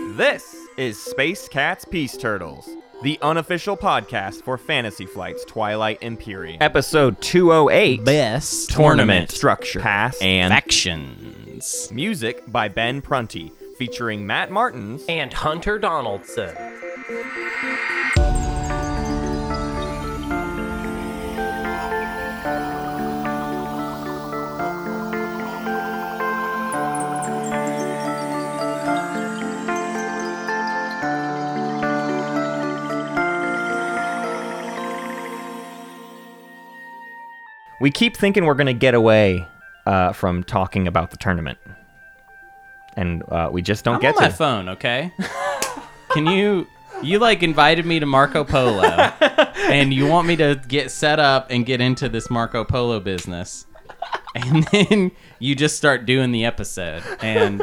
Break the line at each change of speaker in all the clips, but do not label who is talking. This is Space Cats Peace Turtles, the unofficial podcast for Fantasy Flight's Twilight Imperium. Episode 208
best
Tournament Structure Pass and
factions.
Music by Ben Prunty, featuring Matt Martins.
and Hunter Donaldson.
We keep thinking we're going to get away uh, from talking about the tournament, and uh, we just don't
I'm
get
on
to.
my phone, okay? Can you you like invited me to Marco Polo and you want me to get set up and get into this Marco Polo business. And then you just start doing the episode and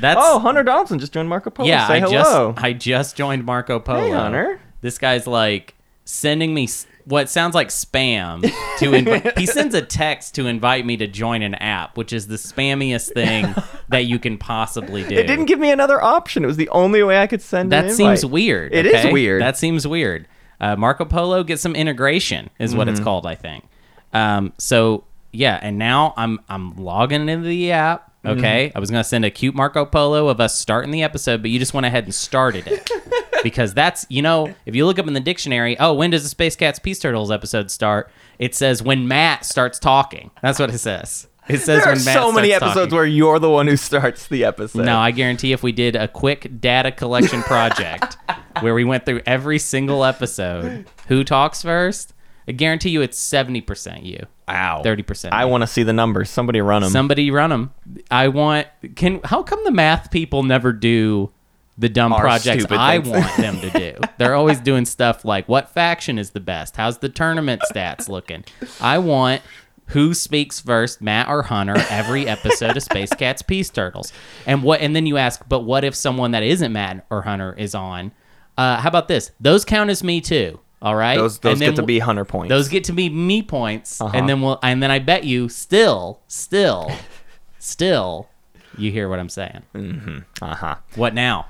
that's
oh, Hunter Donaldson just joined Marco Polo.
yeah,
Say
I
hello.
just I just joined Marco Polo.
Hey, Hunter.
This guy's like sending me s- what sounds like spam to inv- he sends a text to invite me to join an app, which is the spammiest thing that you can possibly do.
It didn't give me another option. It was the only way I could send.
that
an
seems
invite.
weird.
It is
okay?
weird.
That seems weird. Uh, Marco Polo get some integration is what
Mm-hmm.
it's called, I think. Um, so yeah, and now I'm I'm logging into the app.
Mm-hmm.
Okay, I was gonna send a cute Marco Polo of us starting the episode, but you just went ahead and started it because that's you know if you look up in the dictionary, oh, when does the Space Cats Peace Turtles episode start? It says when Matt starts talking. That's what it says. It says
There are
when Matt
so many
starts
episodes
talking.
where you're the one who starts the episode.
No, I guarantee if we did a quick data collection project where we went through every single episode, who talks first, I guarantee you it's 70% you.
Wow.
30%.
I want to see the numbers. Somebody run them.
Somebody run them. I want can how come the math people never do the dumb
Our
projects
stupid
I
things.
want them to do? They're always doing stuff like what faction is the best? How's the tournament stats looking? I want who speaks first, Matt or Hunter, every episode of Space Cats Peace Turtles. And what and then you ask, but what if someone that isn't Matt or Hunter is on? Uh, how about this? Those count as me too. All right.
those
And
those
then
get to
w-
be hunter points. Uh-huh.
those get to be me points, and then we'll and then I bet you still, still, still, you hear what I'm saying.
Uh huh.
What now?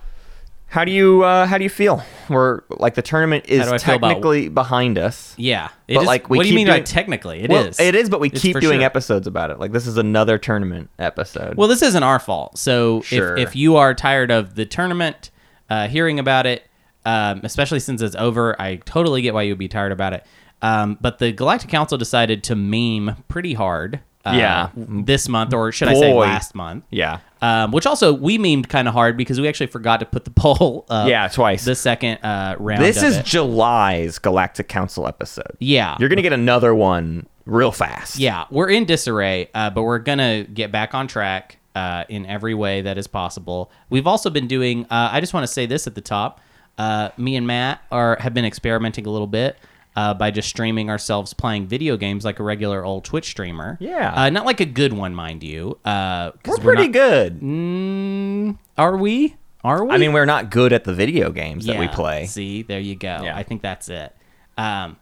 How do you uh, how do you feel? We're like the tournament is
How do I feel about-
technically behind us.
Yeah, it
But,
is-
like, we
what do you
keep
mean by
doing-
technically? It is.
Well, It is, but we
It's
keep
for
doing
sure.
episodes about it. Like this is another tournament episode.
Well, this isn't our fault. So
Sure.
if, if you are tired of the tournament, uh, hearing about it, um, especially since it's over, I totally get why you'd be tired about it. Um, but the Galactic Council decided to meme pretty hard. Uh,
Yeah.
This month, or should I say
Boy.
last month?
yeah.
um, which also we memed kind of hard because we actually forgot to put the poll. Up
Yeah, twice.
The second uh, round.
This
of
is
it.
July's Galactic Council episode.
yeah,
You're gonna get another one real fast.
yeah. We're in disarray, uh, but we're gonna get back on track uh, in every way that is possible. We've also been doing. Uh, I just want to say this at the top. Uh, me and Matt are have been experimenting a little bit. Uh, by just streaming ourselves playing video games like a regular old Twitch streamer.
Yeah.
Uh, not like a good one, mind you. Uh, 'cause
We're pretty
not-
good.
Mm, are we? Are we?
I mean, we're not good at the video games that we
Yeah.
play.
See, there you go.
Yeah.
I think that's it. Um,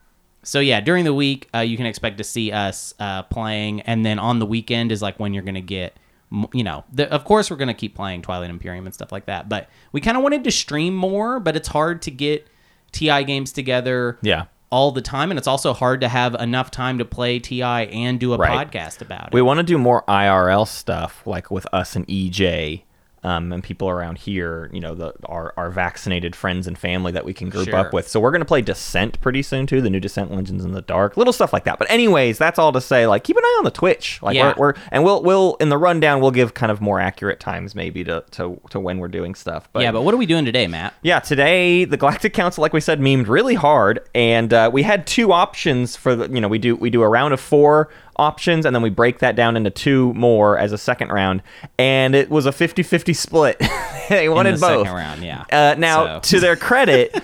so yeah, during the week uh, you can expect to see us uh, playing, and then on the weekend is like when you're gonna get, m- you know, the, of course we're gonna keep playing Twilight Imperium and stuff like that. But we kind of wanted to stream more, but it's hard to get TI games together.
Yeah.
All the time, and it's also hard to have enough time to play TI and do a
Right.
podcast about it.
We want to do more IRL stuff, like with us and EJ, um, and people around here. You know, the, our our vaccinated friends and family that we can group
Sure.
up with. So we're gonna play Descent pretty soon too, the new Descent Legends in the Dark, little stuff like that. But anyways, that's all to say. Like, keep an eye on the Twitch. Like,
Yeah.
we're, we're and we'll we'll in the rundown we'll give kind of more accurate times maybe to to, to when we're doing stuff. But
yeah, but what are we doing today, Matt?
yeah, today the Galactic Council, like we said, memed really hard, and uh, we had two options for the, you know we do we do a round of four options, and then we break that down into two more as a second round, and it was a 50-50 split. they wanted
the
both
second round, yeah.
Uh, now,
So-
to their credit,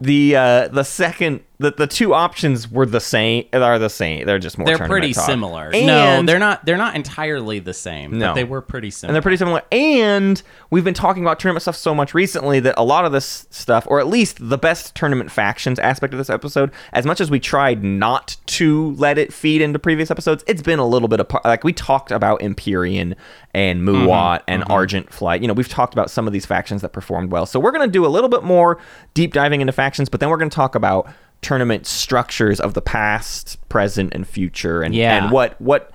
the uh, the second the, the two options were the same. Are the same. They're just more.
They're
tournament
pretty
talk.
similar. no,
And-
they're not. They're not entirely the same.
No.
but they were pretty
and
similar.
they're pretty similar. And we've been talking about tournament stuff so much recently that a lot of this stuff, or at least the best tournament factions aspect of this episode, as much as we tried not to let it feed into previous episodes, it's been a little bit apart. Like we talked about Empyrean and
Mm-hmm.
Muat and Argent Flight. You know, we've talked about some of these factions that performed well. So we're going to do a little bit more deep diving into factions, but then we're going to talk about tournament structures of the past, present, and future, and
Yeah.
and what what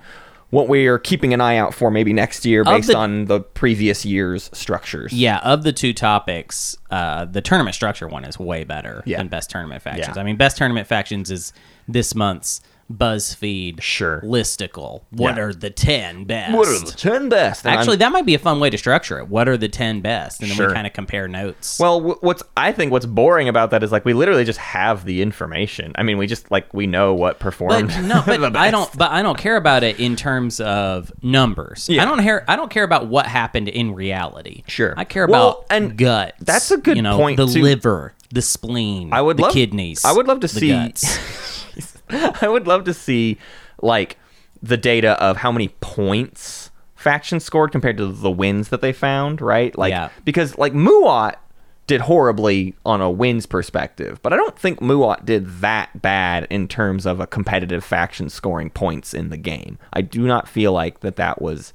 what we are keeping an eye out for maybe next year
Of
based
the-
on the previous year's structures.
yeah, of the two topics, uh, the tournament structure one is way better
Yeah.
than best tournament factions.
Yeah.
I mean, best tournament factions is this month's BuzzFeed
Sure.
listicle. What
Yeah.
are the ten best?
What are the ten best? And I'm-
Actually, that might be a fun way to structure it. What are the ten best? And then
Sure.
we kind of compare notes.
well, wh- what's I think what's boring about that is like we literally just have the information. I mean, we just like we know what performed.
But no,
the
but
best.
I don't. But I don't care about it in terms of numbers.
Yeah.
I don't care. I don't care about what happened in reality.
Sure.
I care
Well,
about
and
guts.
that's a good
you know,
point,
The
too.
liver, the spleen.
I would
the
love
kidneys.
I would love to
the
see.
guts.
I would love to see like the data of how many points factions scored compared to the wins that they found. Right, like
Yeah.
because like Muat did horribly on a wins perspective, but I don't think Muat did that bad in terms of a competitive faction scoring points in the game. I do not feel like that that was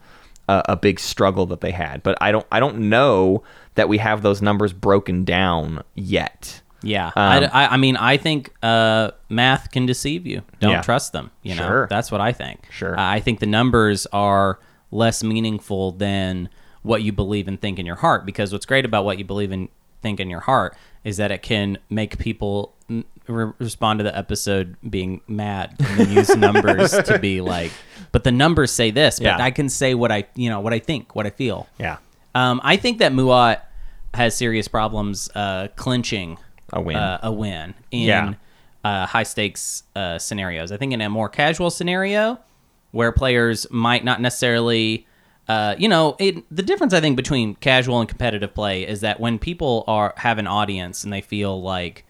a, a big struggle that they had, but I don't I don't know that we have those numbers broken down yet.
Yeah. I, I, I mean, I think uh, math can deceive you. Don't
Yeah.
trust them. You know,
Sure.
that's what I think.
Sure.
Uh, I think the numbers are less meaningful than what you believe and think in your heart because what's great about what you believe and think in your heart is that it can make people mm, re- respond to the episode being mad and then use numbers to be like but the numbers say this but
Yeah.
i can say what i you know what i think what i feel
Yeah,
um, I think that Muat has serious problems uh, clinching
A win.
uh, a win in
Yeah.
uh, high stakes uh, scenarios. I think in a more casual scenario where players might not necessarily, uh, you know, it, the difference I think between casual and competitive play is that when people are have an audience and they feel like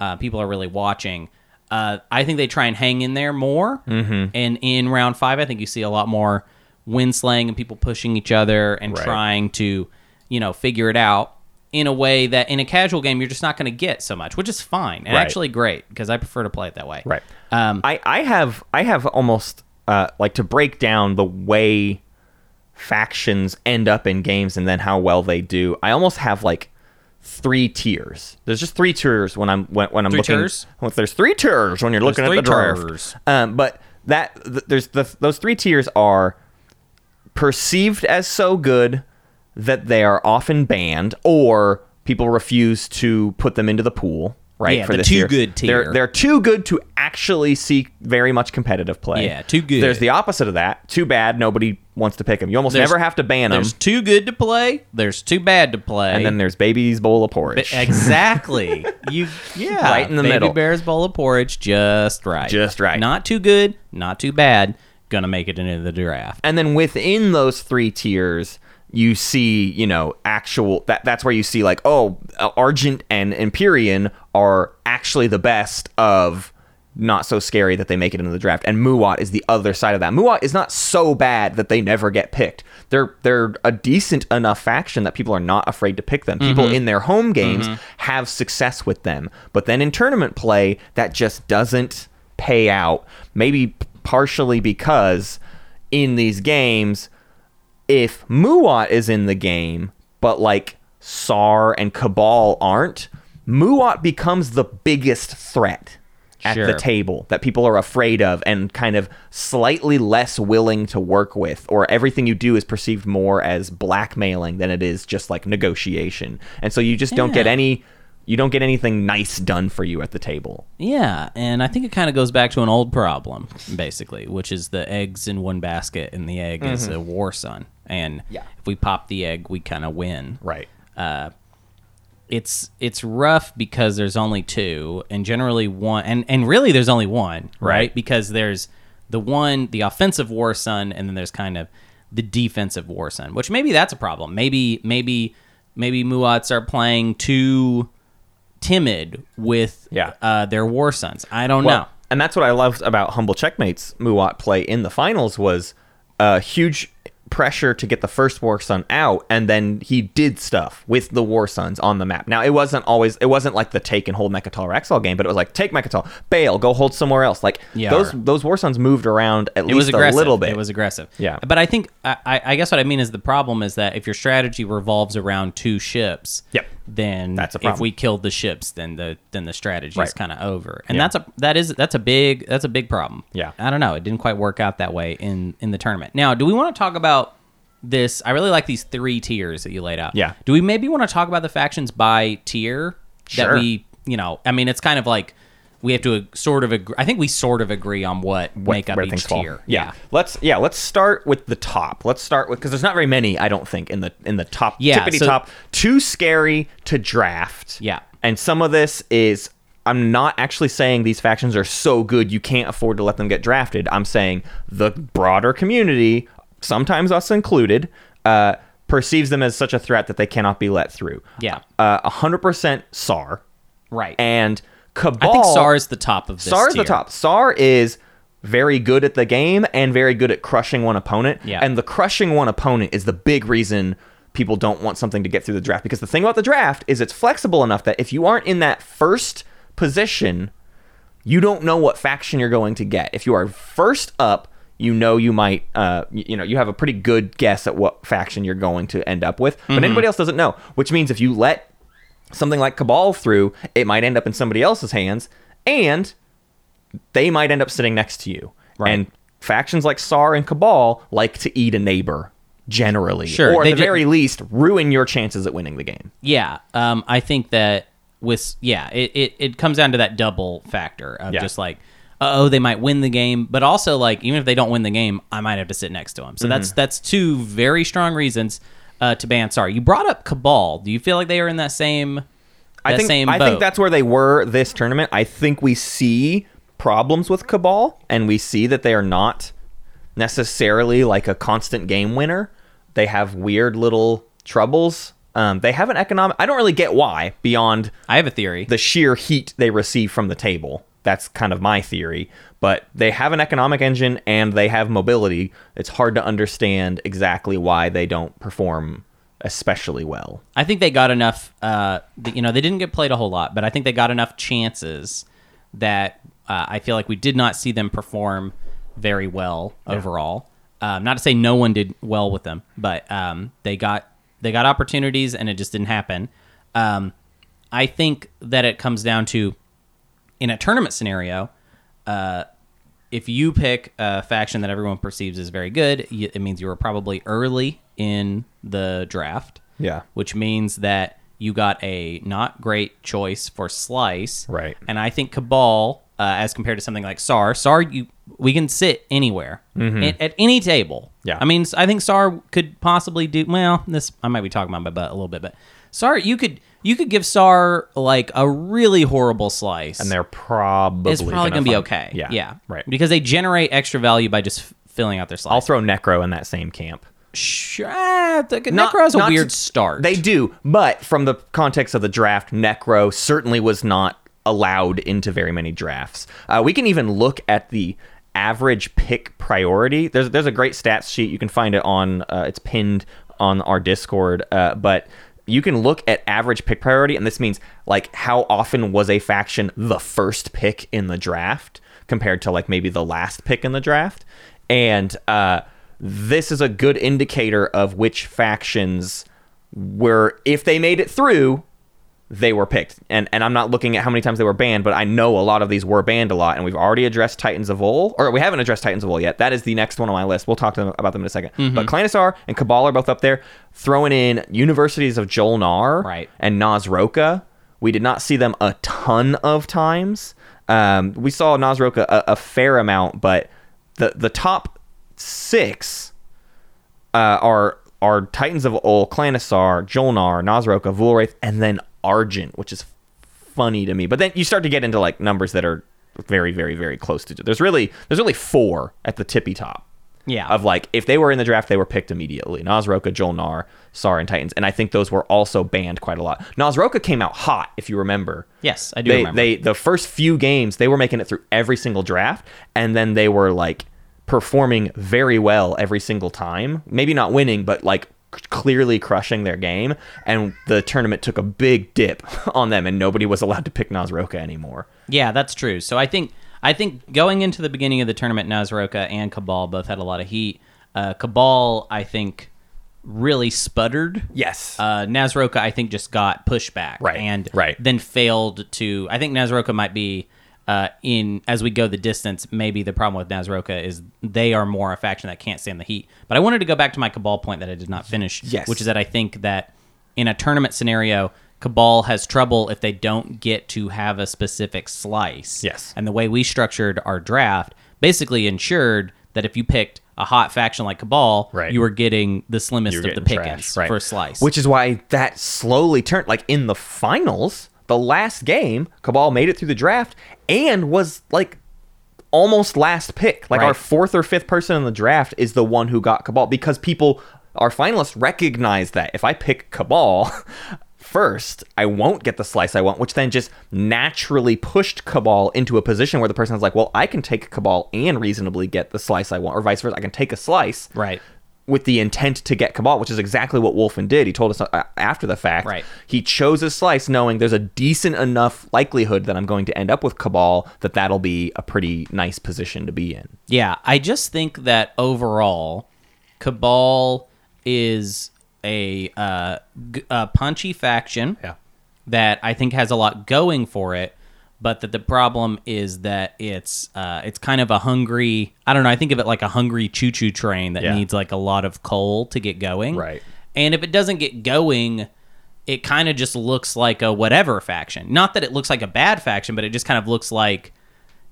uh, people are really watching. Uh, I think they try and hang in there more.
Mm-hmm.
And in round five, I think you see a lot more winslaying and people pushing each other and
Right.
trying to, you know, figure it out in a way that in a casual game you're just not going to get so much, which is fine and
Right.
actually great because I prefer to play it that way.
Right.
Um,
I, I have I have almost uh, like to break down the way factions end up in games and then how well they do. I almost have like three tiers. There's just three tiers when I'm when, when I'm
Three
looking.
tiers?
Well, there's three tiers when you're looking at
three
the draft.
tiers.
Um, but that th- there's the, those three tiers are perceived as so good that they are often banned or people refuse to put them into the pool. Right
Yeah,
for
the
this
too
year.
good
They're-
tier.
they're too good to actually see very much competitive play.
Yeah, too good.
There's the opposite of that. Too bad. Nobody wants to pick them. You almost
There's-
never have to ban them.
there's too good to play. There's too bad to play.
Um, And then there's baby's bowl of
But
porridge.
exactly. you yeah,
Right in the
Baby
middle.
Bear's bowl of porridge, just right.
Just right.
Not too good, not too bad. Gonna make it into the draft.
and then within those three tiers, you see, you know, actual. That that's where you see like, oh, Argent and Empyrean are actually the best of. Not so scary that they make it into the draft, and Muat is the other side of that. Muat is not so bad that they never get picked. They're they're a decent enough faction that people are not afraid to pick them. People in their home games have success with them, but then in tournament play, that just doesn't pay out. Maybe partially because in these games if Muat is in the game, but like Sar and Cabal aren't, Muat becomes the biggest threat at
Sure.
the table that people are afraid of and kind of slightly less willing to work with, or everything you do is perceived more as blackmailing than it is just like negotiation. And so you just don't get
Yeah.
any you don't get anything nice done for you at the table.
Yeah, and I think it kind of goes back to an old problem, basically, which is the eggs in one basket, and the egg is a war son. And
Mm-hmm. Yeah.
if we pop the egg, we kind of win.
Right.
it's it's rough because there's only two and generally one and and really there's only one right,
Right.
because there's the one the offensive war son and then there's kind of the defensive war son which maybe that's a problem maybe maybe maybe muats are playing two timid with
Yeah.
uh, their war sons. I don't
Well,
know.
And that's what I loved about Humble Checkmate's Muat play in the finals was uh, huge pressure to get the first War Sun out, and then he did stuff with the War Suns on the map. Now it wasn't always it wasn't like the take and hold Mechatol or Exile game, but it was like take Mechatol, bail, go hold somewhere else. Like
Yeah.
those those War Suns moved around at
It was
least a
aggressive.
little bit.
It was aggressive.
Yeah.
But I think I, I I guess what I mean is the problem is that if your strategy revolves around two ships,
Yep.
then
That's a
If
problem.
we killed the ships, then the then the strategy is
Right.
kind of over. And
Yeah.
that's a that is that's a big that's a big problem.
Yeah.
I don't know. It didn't quite work out that way in in the tournament. Now, do we want to talk about this? I really like these three tiers that you laid out.
Yeah.
Do we maybe want to talk about the factions by tier that
Sure.
we you know? I mean, it's kind of like. We have to ag- sort of agree. I think we sort of agree on what
what-
make up
where
each
things fall.
tier.
Yeah. let's yeah let's start with the top. Let's start with because there's not very many I don't think in the in the top.
Yeah,
tippity
so-
top. Too scary to draft.
Yeah.
and some of this is I'm not actually saying these factions are so good you can't afford to let them get drafted. I'm saying the broader community, sometimes us included, uh, perceives them as such a threat that they cannot be let through.
Yeah.
uh, 100% SAR
Right.
and Cabal.
I think SAR is the top of this.
Sar is the
tier.
top. Sar is very good at the game and very good at crushing one opponent.
Yeah.
And the crushing one opponent is the big reason people don't want something to get through the draft. Because the thing about the draft is it's flexible enough that if you aren't in that first position, you don't know what faction you're going to get. If you are first up, you know you might, uh, y- you know, you have a pretty good guess at what faction you're going to end up with.
Mm-hmm.
But anybody else doesn't know, which means if you let something like Cabal through, it might end up in somebody else's hands, and they might end up sitting next to you.
Right.
And factions like Sar and Cabal like to eat a neighbor generally,
Sure,
or at
they
the
ju-
very least, ruin your chances at winning the game.
Yeah. Um, I think that with yeah, it, it, it comes down to that double factor of
Yeah.
just like, oh, they might win the game, but also like even if they don't win the game, I might have to sit next to them. So
Mm-hmm.
that's that's two very strong reasons uh, to ban SAR. You brought up Cabal. Do you feel like they are in that same?
I
that
think
same
I
boat?
think that's where they were this tournament. I think we see problems with Cabal, and we see that they are not necessarily like a constant game winner. They have weird little troubles. Um, they have an economic. I don't really get why beyond
I have a theory.
the sheer heat they receive from the table. That's kind of my theory. But they have an economic engine and they have mobility. It's hard to understand exactly why they don't perform especially well.
I think they got enough. Uh, th- you know, they didn't get played a whole lot, but I think they got enough chances that uh, I feel like we did not see them perform very well overall. Um, not to say no one did well with them, but um, they got they got opportunities, and it just didn't happen. Um, I think that it comes down to in a tournament scenario, uh, if you pick a faction that everyone perceives as very good, y- it means you were probably early in the draft.
Yeah.
Which means that you got a not great choice for Slice.
Right.
And I think Cabal, uh, as compared to something like SAR, SAR, you, we can sit anywhere at, at any table.
Mm-hmm. Yeah.
I mean, I think SAR could possibly do, well, this, I might be talking about my butt a little bit, but SAR, you could. You could give SAR like a really horrible slice,
And they're probably
it's
gonna
probably going to be
find-
okay.
Yeah.
yeah,
Right.
Because they generate extra value by just f- filling out their
I'll
slots.
throw Necro in that same camp.
Sure, ah, the, Necro has a
not
weird
to-
start.
They do, but from the context of the draft, Necro certainly was not allowed into very many drafts. Uh, we can even look at the average pick priority. There's there's a great stats sheet. You can find it on. Uh, it's pinned on our Discord, uh, but. You can look at average pick priority, and this means like how often was a faction the first pick in the draft compared to like maybe the last pick in the draft. And uh, this is a good indicator of which factions were if they made it through they were picked and and i'm not looking at how many times they were banned but i know a lot of these were banned a lot and we've already addressed titans of ol or we haven't addressed titans of ol yet that is the next one on my list we'll talk to them about them in a 2nd but Clanisar and cabal are both up there throwing in universities of jolnar
Right.
and Nazroka. We did not see them a ton of times. Um, we saw Nazroka a, a fair amount, but the the top six uh, are are Titans of Ol, Clanisar, Jolnar, Nazroka, Vulraith, and then Argent, which is funny to me. But then you start to get into like numbers that are very, very, very close to. There's really there's really four at the tippy top.
Yeah.
Of like if they were in the draft, they were picked immediately. Nasroka, Joel Nar, Sar, and Titans, and I think those were also banned quite a lot. Nasroka came out hot, if you remember.
Yes, I do
They
remember.
they the first few games they were making it through every single draft, and then they were like performing very well every single time. Maybe not winning, but like c- clearly crushing their game. And the tournament took a big dip on them, and nobody was allowed to pick Nasroka anymore.
Yeah, that's true. So I think I think going into the beginning of the tournament, Nazroka and Cabal both had a lot of heat. Uh, Cabal, I think, really sputtered.
Yes.
Uh, Nazroka, I think, just got pushback
Right,
and
right.
then failed to. I think Nazroka might be uh, in as we go the distance. Maybe the problem with Nazroka is they are more a faction that can't stand the heat. But I wanted to go back to my Cabal point that I did not finish,
Yes.
which is that I think that in a tournament scenario, Cabal has trouble if they don't get to have a specific slice.
Yes.
And the way we structured our draft basically ensured that if you picked a hot faction like Cabal,
Right.
you were getting the slimmest
You're
of the
getting
pickings
trashed, right.
for a slice.
Which is why that slowly turned like in the finals, the last game, Cabal made it through the draft and was like almost last pick. Like
Right.
our fourth or fifth person in the draft is the one who got Cabal because people our finalists recognize that if I pick Cabal first, I won't get the slice I want, which then just naturally pushed Cabal into a position where the person's like, well, I can take Cabal and reasonably get the slice I want, or vice versa. I can take a slice
Right.
with the intent to get Cabal, which is exactly what Wolfen did. He told us uh, after the fact.
Right.
He chose his slice knowing there's a decent enough likelihood that I'm going to end up with Cabal that that'll be a pretty nice position to be in.
Yeah, I just think that overall, Cabal is a, uh, g- a punchy faction
Yeah.
that I think has a lot going for it, but that the problem is that it's uh, it's kind of a hungry. I don't know. I think of it like a hungry choo-choo train that
Yeah.
needs like a lot of coal to get going.
Right.
And if it doesn't get going, it kind of just looks like a whatever faction. Not that it looks like a bad faction, but it just kind of looks like,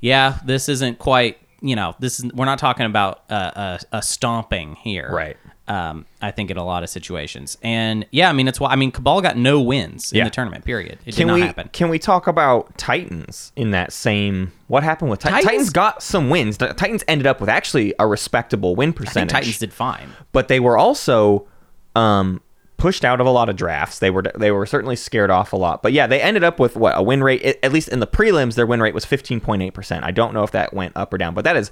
yeah, this isn't quite. You know, this is we're not talking about uh, a, a stomping here,
Right.
Um, I think in a lot of situations, and yeah, I mean it's why I mean Cabal got no wins in
Yeah.
the tournament. Period. It did
Can
not
we
happen.
can we talk about Titans in that same what happened with Titans?
Titans-
Titans got some wins. The Titans ended up with actually a respectable win
I think
percentage.
Titans did fine.
but they were also um, pushed out of a lot of drafts. They were they were certainly scared off a lot. But yeah, they ended up with what a win rate at- at least in the prelims their win rate was 15.8%. I don't know if that went up or down, but that is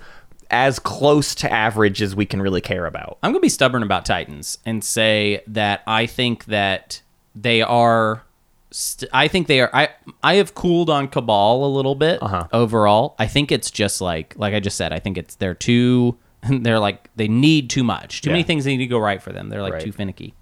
as close to average as we can really care about.
I'm gonna be stubborn about Titans and say that I think that they are. St- I think they are. I I have cooled on Cabal a little bit
Uh-huh.
overall. I think it's just like like I just said. I think it's they're too. They're like they need too much. Too many
Yeah.
things need to go right for them. They're like
Right.
too finicky.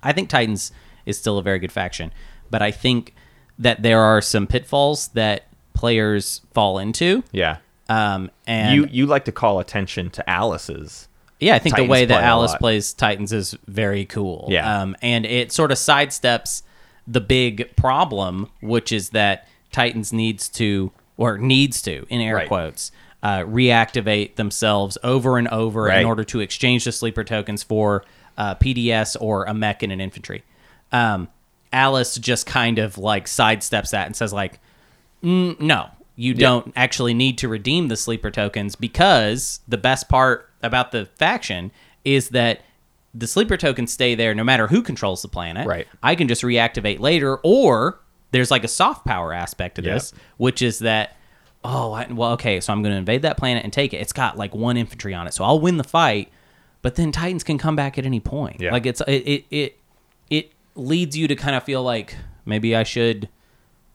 I think Titans is still a very good faction, but I think that there are some pitfalls that players fall into.
Yeah.
Um, and
You you like to call attention to Alice's.
yeah, I think
Titans
the way that
play a
Alice
lot.
plays Titans is very cool.
Yeah.
Um, and it sort of sidesteps the big problem, which is that Titans needs to, or needs to, in air
Right.
quotes, uh, reactivate themselves over and over in
Right.
order to exchange the sleeper tokens for uh, PDS or a mech and an infantry. Um, Alice just kind of like sidesteps that and says, like, no, you don't actually need to redeem the sleeper tokens because the best part about the faction is that the sleeper tokens stay there no matter who controls the planet.
Right.
I can just reactivate later, or there's like a soft power aspect to
Yep.
this, which is that. Oh, I, well, okay. So I'm going to invade that planet and take it. It's got like one infantry on it, so I'll win the fight. But then Titans can come back at any point.
Yeah.
Like it's it it it, it leads you to kind of feel like maybe I should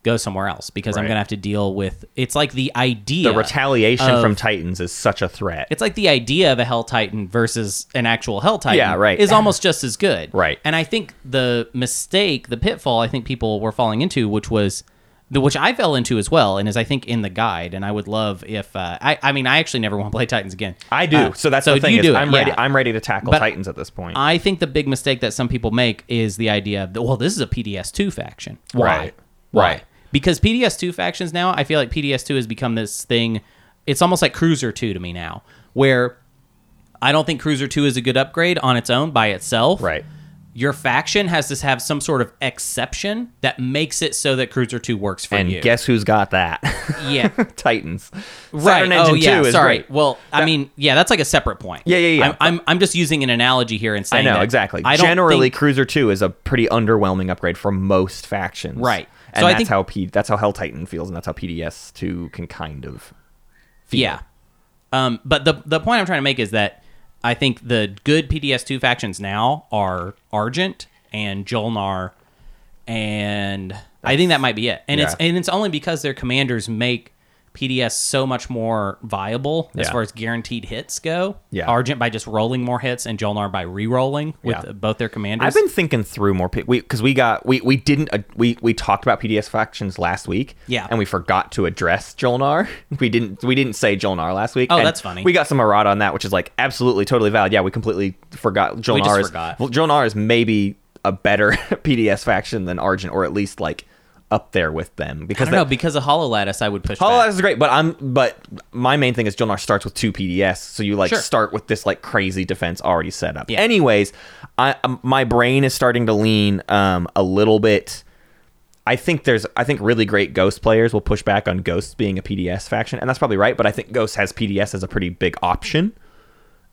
go somewhere else because I'm
Right.
going to have to deal with it's like the idea
The retaliation
of-
from Titans is such a threat.
it's like the idea of a hell titan versus an actual hell titan
Yeah, right.
is almost just as good
Right.
and i think the mistake the pitfall i think people were falling into which was the which i fell into as well and is i think in the guide and i would love if uh, i i mean i actually never want to play titans again
I do.
Uh,
so that's the thing
you
is
do it,
I'm ready
yeah.
I'm ready to tackle
But
Titans at this point.
I think the big mistake that some people make is the idea of well, this is a PDS2 faction. Why?
Right.
Why?
Right.
Because PDS2 factions now, I feel like PDS2 has become this thing. It's almost like Cruiser 2 to me now, where I don't think Cruiser 2 is a good upgrade on its own by itself.
right.
your faction has to have some sort of exception that makes it so that Cruiser 2 works for
And
you.
guess who's got that?
yeah.
Titans.
Right.
Saturn Engine
oh, yeah.
2 is
sorry.
great.
Well, I mean, yeah, that's like a separate point.
Yeah, yeah, yeah.
I'm, I'm, I'm just using an analogy here and
I
saying
know
that
exactly.
I don't
Generally,
think-
Cruiser Two is a pretty underwhelming upgrade for most factions,
Right.
And
So I
that's
think-
how P- that's how Hell Titan feels, and that's how PDS Two can kind of.
yeah. Um, but the the point I'm trying to make is that I think the good PDS2 factions now are Argent and Jolnar, and I think that might be it. And it's
yeah.
and it's only because their commanders make PDS so much more viable as
Yeah.
far as guaranteed hits go.
Yeah.
Argent by just rolling more hits and Jolnar by re-rolling with
Yeah.
both their commanders.
I've been thinking through more because we, 'cause we got we we didn't uh, we we talked about PDS factions last week,
Yeah.
and we forgot to address Jolnar. We didn't we didn't say Jolnar last week.
Oh,
and
that's funny.
We got some errata on that, which is like absolutely totally valid. Yeah, we completely forgot Jolnar
just
is
forgot.
well, Jolnar is maybe a better PDS faction than Argent, or at least like up there with them
I
because
don't
that-
know because of Hollow Lattice, I would push.
Hollow
back.
Lattice is great, but I'm but my main thing is Jolnar starts with two PDS, so you like
Sure.
start with this like crazy defense already set up.
Yeah.
Anyways, I um, my brain is starting to lean um a little bit. I think there's I think really great Ghost players will push back on Ghosts being a PDS faction, and that's probably right. But I think Ghost has PDS as a pretty big option.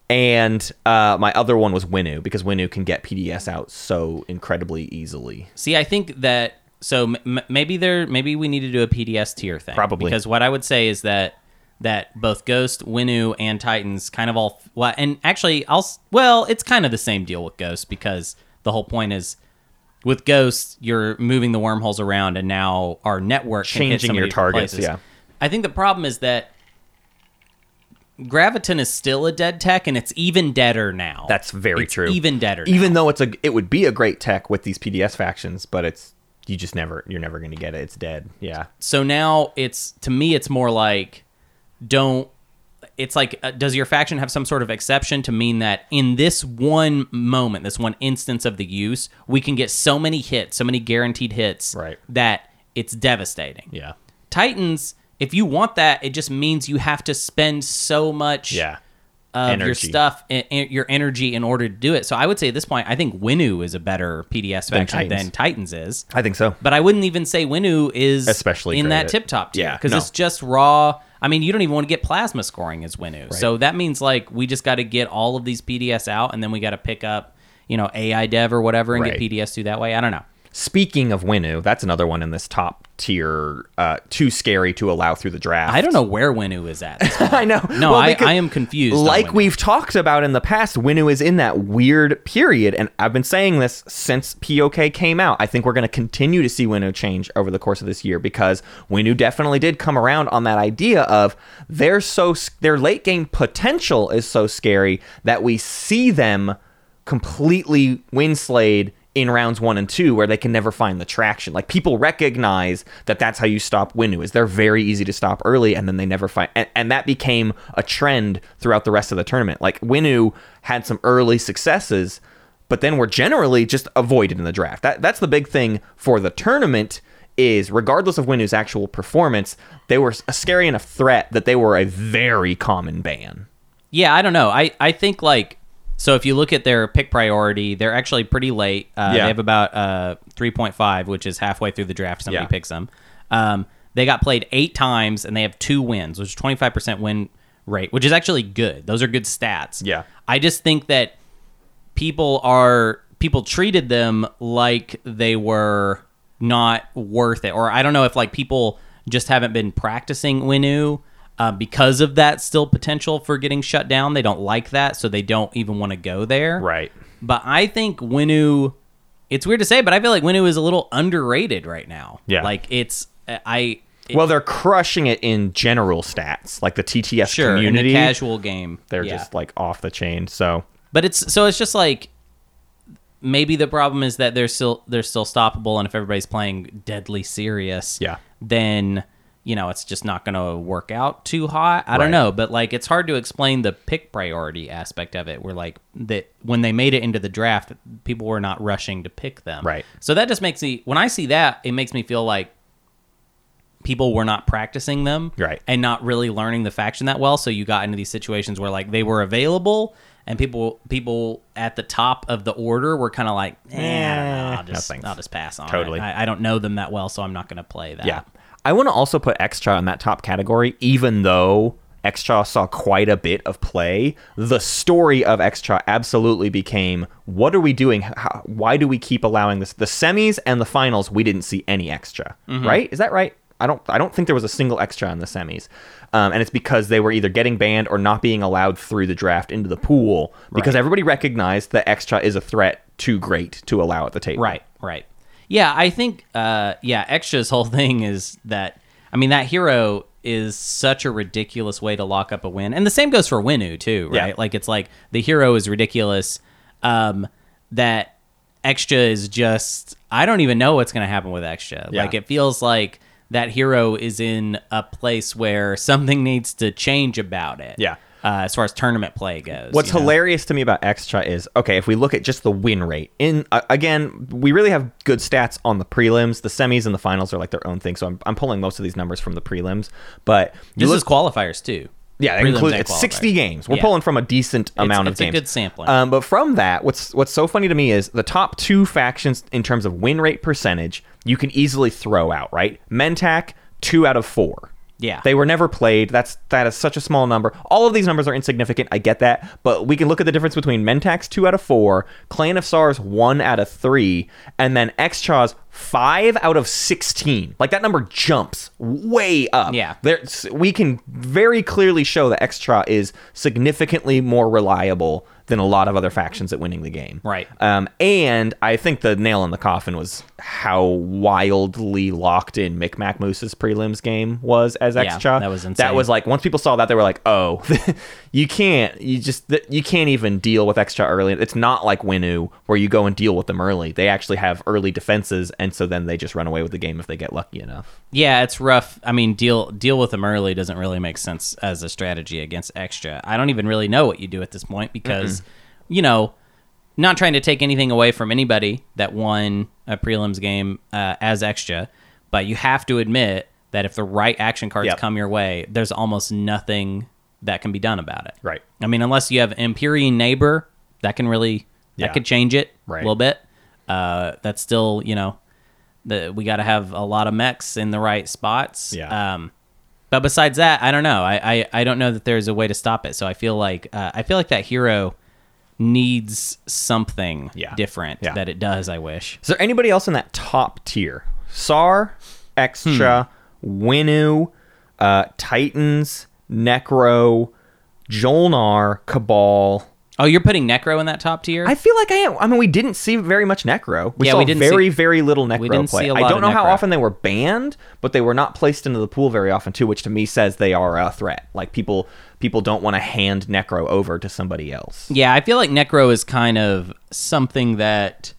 And uh, my other one was Winu because Winu can get PDS out so incredibly easily.
See, I think that so m- m- maybe there maybe we need to do a PDS tier thing.
Probably.
because what I would say is that that both Ghost, Winu, and Titans kind of all well, and actually I'll s- well, it's kind of the same deal with Ghost because the whole point is with Ghost you're moving the wormholes around, and now our network can hit
Changing
some of
your
these
targets,
places.
yeah.
I think the problem is that. Graviton is still a dead tech, and it's even deader now.
That's very
It's
true.
Even deader. now.
Even though it's a, it would be a great tech with these PDS factions, but it's you just never, you're never going to get it. It's dead. Yeah,
so now it's to me it's more like don't it's like uh, does your faction have some sort of exception to mean that in this one moment this one instance of the use we can get so many hits so many guaranteed hits
Right.
that it's devastating
yeah,
titans if you want that it just means you have to spend so much
yeah.
of your
Energy.
stuff and, and your energy in order to do it so i would say at this point i think winu is a better pds
Than
faction
Titans.
than titans is
I think so.
but I wouldn't even say Winu is
Especially
in
great
that
at-
tip top tier
Yeah,
because
no.
it's just raw. I mean, you don't even want to get plasma scoring as Winu, so that means like we just got to get all of these PDS out, and then we got to pick up you know AI dev or whatever and
Right.
get PDS two that way. I don't know.
Speaking of Winu, that's another one in this top tier. Uh, too scary to allow through the draft.
I don't know where Winu is at. this point.
I know.
No, I,
because-
I am confused. on
Like
Winu.
we've talked about in the past, Winu is in that weird period, and I've been saying this since POK came out. I think we're going to continue to see Winu change over the course of this year because Winu definitely did come around on that idea of they're so s- their late game potential is so scary that we see them completely winslayed in rounds one and two where they can never find the traction like people recognize that that's how you stop winu is they're very easy to stop early and then they never find and, and that became a trend throughout the rest of the tournament like winu had some early successes but then were generally just avoided in the draft that, that's the big thing for the tournament is regardless of winu's actual performance they were a scary enough threat that they were a very common ban
Yeah, I don't know. I, I think like so if you look at their pick priority, they're actually pretty late. Uh,
Yeah.
They have about uh, three point five, which is halfway through the draft. Somebody
Yeah.
picks them. Um, they got played eight times and they have two wins, which is twenty five percent win rate, which is actually good. Those are good stats.
Yeah.
I just think that people are people treated them like they were not worth it or i don't know if like people just haven't been practicing winu uh, because of that still potential for getting shut down they don't like that so they don't even want to go there
right
but i think winu it's weird to say but i feel like winu is a little underrated right now
Yeah.
like it's i it-
Well, they're crushing it in general stats, like the TTS
sure
community.
in a casual game
they're
yeah.
just like off the chain. So
But it's so it's just like maybe the problem is that they're still they're still stoppable, and if everybody's playing deadly serious,
Yeah.
then you know it's just not going to work out too hot. I
Right.
don't know, but like it's hard to explain the pick priority aspect of it. Where like that when they made it into the draft, people were not rushing to pick them.
Right.
So that just makes me when I see that, it makes me feel like people were not practicing them
Right.
and not really learning the faction that well so you got into these situations where like they were available and people people at the top of the order were kind of like, eh, I don't know, I'll
No
just
thanks.
I'll just pass on. it.
Totally.
I, I don't know them that well, so I'm not going to play that.
Yeah. I want to also put Xcha in that top category, even though Xcha saw quite a bit of play. The story of Xcha absolutely became what are we doing? How, why do we keep allowing this? The semis and the finals, we didn't see any Xcha,
Mm-hmm.
right? Is that right? I don't. I don't think there was a single extra in the semis, um, and it's because they were either getting banned or not being allowed through the draft into the pool because everybody recognized that extra is a threat too great to allow at the table.
Right, right. Yeah, I think uh yeah, Extra's whole thing is that I mean that hero is such a ridiculous way to lock up a win. And the same goes for Winu too,
Yeah.
right? Like it's like the hero is ridiculous um that Extra is just I don't even know what's going to happen with Extra.
Yeah.
Like it feels like that hero is in a place where something needs to change about it.
Yeah.
Uh, as far as tournament play goes.
What's
you know?
hilarious to me about Extra is okay. If we look at just the win rate, in uh, again, we really have good stats on the prelims. The semis and the finals are like their own thing. So I'm, I'm pulling most of these numbers from the prelims. But you
This
look,
is qualifiers too.
yeah, it
Prelims
includes
and
it's
qualifiers.
60 games. We're
Yeah.
pulling from a decent amount of
it's a
games.
good sampling.
Um, but from that, what's what's so funny to me is the top two factions in terms of win rate percentage you can easily throw out. Right, Mentac two out of four.
Yeah.
they were never played. That's that is such a small number. All of these numbers are insignificant. I get that, but we can look at the difference between Mentax two out of four, Clan of Stars one out of three, and then Xchaws five out of sixteen. Like that number jumps way up.
Yeah.
there's we can very clearly show that Xcha is significantly more reliable than a lot of other factions at winning the game.
Right.
Um, and I think the nail in the coffin was how wildly locked in Micmac Moose's prelims game was as
Yeah,
extra.
that was
That
insane.
was like once people saw that they were like, "Oh, you can't. You just th- you can't even deal with extra early. It's not like Winu where you go and deal with them early. They actually have early defenses, and so then they just run away with the game if they get lucky enough.
Yeah, it's rough. I mean, deal deal with them early doesn't really make sense as a strategy against extra. I don't even really know what you do at this point because, you know, not trying to take anything away from anybody that won a prelims game uh, as extra, but you have to admit that if the right action cards
Yep.
come your way, there's almost nothing that can be done about it.
Right.
I mean, unless you have Empyrean neighbor, that can really
Yeah.
that could change it
Right.
a little bit. Uh, that's still you know, the we got to have a lot of mechs in the right spots.
Yeah.
Um, but besides that, I don't know. I, I I don't know that there's a way to stop it. So I feel like uh, I feel like that hero needs something
Yeah.
different
Yeah.
that it does. I wish.
Is there anybody else in that top tier? Sar, Extra,
Hmm.
Winu, uh, Titans, Necro, Jolnar, Cabal.
Oh, you're putting Necro in that top tier.
I feel like I am. I mean, we didn't see very much Necro. We
Yeah,
saw
we didn't
very,
see-
very little Necro
didn't
play.
see a
I
lot
don't
of
know how
Necro.
often they were banned, but they were not placed into the pool very often too, which to me says they are a threat. Like people, people don't want to hand Necro over to somebody else.
Yeah, I feel like Necro is kind of something that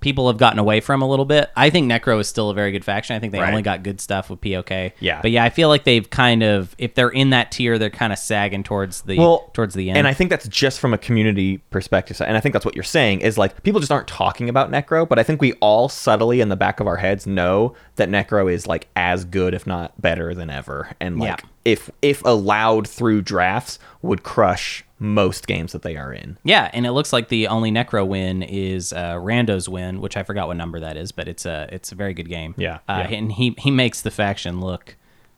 people have gotten away from a little bit. I think Necro is still a very good faction. I think they
Right.
only got good stuff with POK.
Yeah.
But yeah, I feel like they've kind of if they're in that tier, they're kind of sagging towards the
well
towards the end.
and i think that's just from a community perspective So- and i think that's what you're saying is like people just aren't talking about necro but i think we all subtly in the back of our heads know that necro is like as good if not better than ever and like
Yeah.
if if allowed through drafts would crush most games that they are in
yeah, and it looks like the only Necro win is uh, Rando's win, which I forgot what number that is, but it's a it's a very good game.
Yeah,
Uh,
yeah.
and he he makes the faction look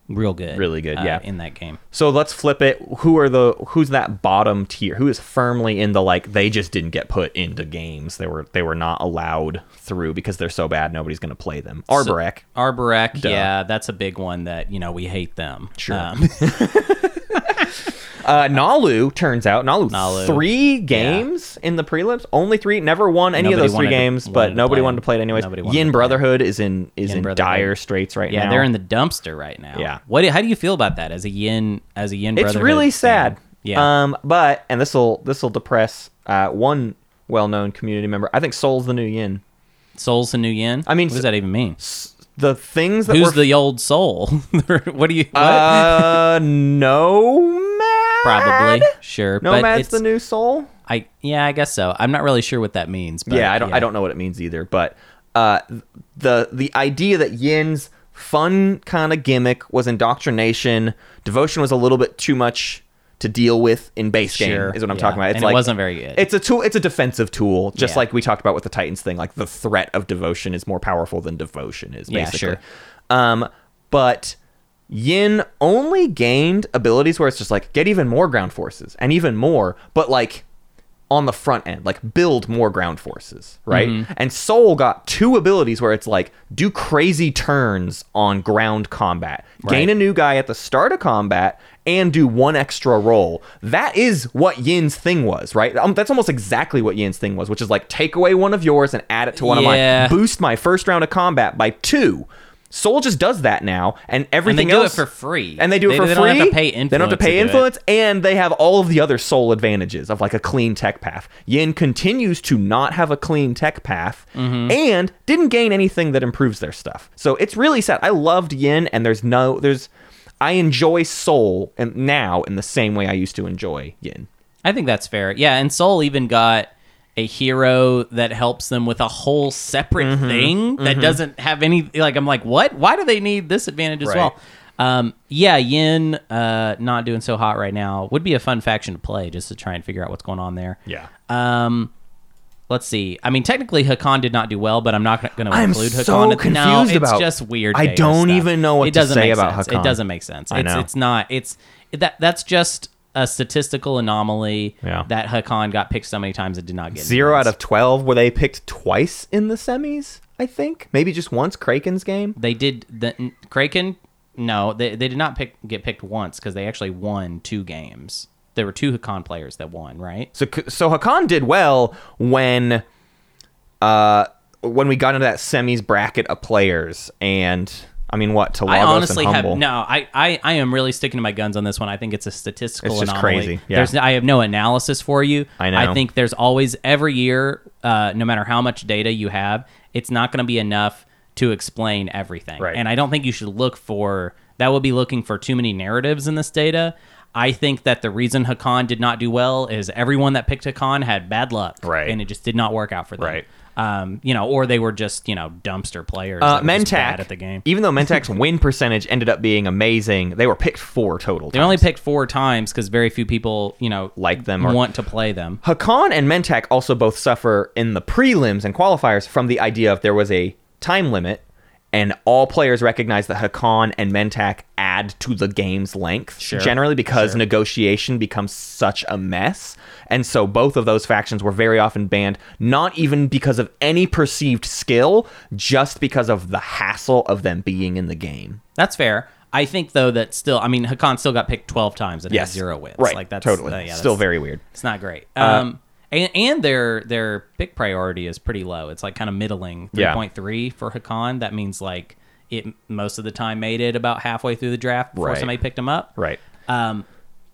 real good.
Really good,
uh,
yeah.
In that game.
so let's flip it who are the who's that bottom tier who is firmly in the like they just didn't get put into games they were they were not allowed through because they're so bad nobody's going to play them arborek
Arborek, yeah, that's a big one that, you know, we hate them.
Sure.
Um,
Uh, Nalu turns out Nalu,
Nalu.
three games in the prelims, only three, never won any of
Nobody
those three
wanted to-
games,
wanted
but
to
nobody
play
wanted to play it anyways.
Nobody wanted
Yin
to play it.
Brotherhood is in is
Yin
in
Brotherhood.
dire straits right
Yeah,
now.
they're in the dumpster right now.
Yeah.
What? do- How do you feel about that as a yin? As a yin,
it's
Brotherhood
really
fan?
sad.
Yeah.
Um, but and this will this will depress uh, one well known community member. I think Soul's the new Yin.
Soul's the new yin.
I mean,
what does that even mean?
S- The things that
Who's
were
the old soul? what do you? What?
uh, Nomad
Probably. Sure. but
Nomad's
it's-
the new Soul.
I yeah, I guess so. I'm not really sure what that means. But
yeah, I don't I don't know what it means either, but uh, the the idea that Yin's fun kind of gimmick was indoctrination, devotion was a little bit too much to deal with in base
Sure,
game is what I'm
yeah.
talking about. It's
And it
like
wasn't very good.
It's a tool. It's a defensive tool, just
Yeah.
like we talked about with the Titans thing. Like the threat of devotion is more powerful than devotion is.
Yeah,
Basically.
sure.
Um, but Yin only gained abilities where it's just like get even more ground forces and even more, but like on the front end, like build more ground forces, right?
Mm-hmm.
And Soul got two abilities where it's like do crazy turns on ground combat, gain
Right.
a new guy at the start of combat, and do one extra roll. That is what Yin's thing was, right? Um, that's almost exactly what Yin's thing was, which is like take away one of yours and add it to one
Yeah.
of mine, boost my first round of combat by two. Soul just does that now, and
and they
everything
do
else
it for free.
and they do it for
they
free.
Don't have to pay influence
They don't have to pay
do it.
influence, and they have all of the other soul advantages of like a clean tech path. Yin continues to not have a clean tech path,
Mm-hmm.
and didn't gain anything that improves their stuff. So it's really sad. I loved Yin, and there's no there's. I enjoy Soul and now in the same way I used to enjoy Yin.
I think that's fair. Yeah, and Soul even got a hero that helps them with a whole separate
Mm-hmm.
thing that doesn't have any. Like, I'm like, what? Why do they need this advantage as
Right.
well? Um, yeah, Yin uh, not doing so hot right now would be a fun faction to play just to try and figure out what's going on there. Um, let's see. I mean, technically, Hakan did not do well, but I'm not going to
I'm
include Hakan.
so
No,
confused
it's
about-
just weird.
I
Deus
don't
stuff.
even know what
it
to
doesn't
say
make
about
sense.
Hakan.
It doesn't make sense.
I
It's
know.
it's not. It's that that's just a statistical anomaly
Yeah.
that Hakan got picked so many times and did not get
Zero out
influenced.
of twelve were they picked twice in the semis. I think maybe just once Kraken's game.
They did the n- Kraken. No, they, they did not pick get picked once because they actually won two games. There were two Hakan players that won, right?
So so Hakan did well when uh when we got into that semis bracket of players and I mean what Talagos
I honestly
and
have
Humble.
no. I, I I am really sticking to my guns on this one. I think it's a statistical
It's just
anomaly.
crazy, yeah.
There's I have no analysis for you.
I know.
I think there's always every year, uh, no matter how much data you have, it's not going to be enough to explain everything.
Right.
And I don't think you should look for that. Would be looking for too many narratives in this data. I think that the reason Hakan did not do well is everyone that picked Hakan had bad luck,
Right.
And it just did not work out for them,
Right.
Um, you know, or they were just you know dumpster players.
Uh,
that were just
Mentac,
bad at the game.
even though Mentac's win percentage ended up being amazing, they were picked four total.
They
times.
only picked four times because very few people, you know,
Like them or-
want to play them.
Hakan and Mentak also both suffer in the prelims and qualifiers from the idea of there was a time limit, and all players recognize that Hakan and Mentak add to the game's length
Sure.
generally because negotiation becomes such a mess. And so both of those factions were very often banned, not even because of any perceived skill, just because of the hassle of them being in the game.
That's fair. I think though that still, I mean, Hakan still got picked twelve times and
Yes.
had zero wins.
Right.
Like that's
totally.
uh, yeah,
Still
that's-
very Uh, weird.
It's not great. Um, and, and their their pick priority is pretty low. It's like kind of middling, three
Yeah.
point three for Hakan. That means like it most of the time made it about halfway through the draft before
Right.
somebody picked him up.
Right.
Um,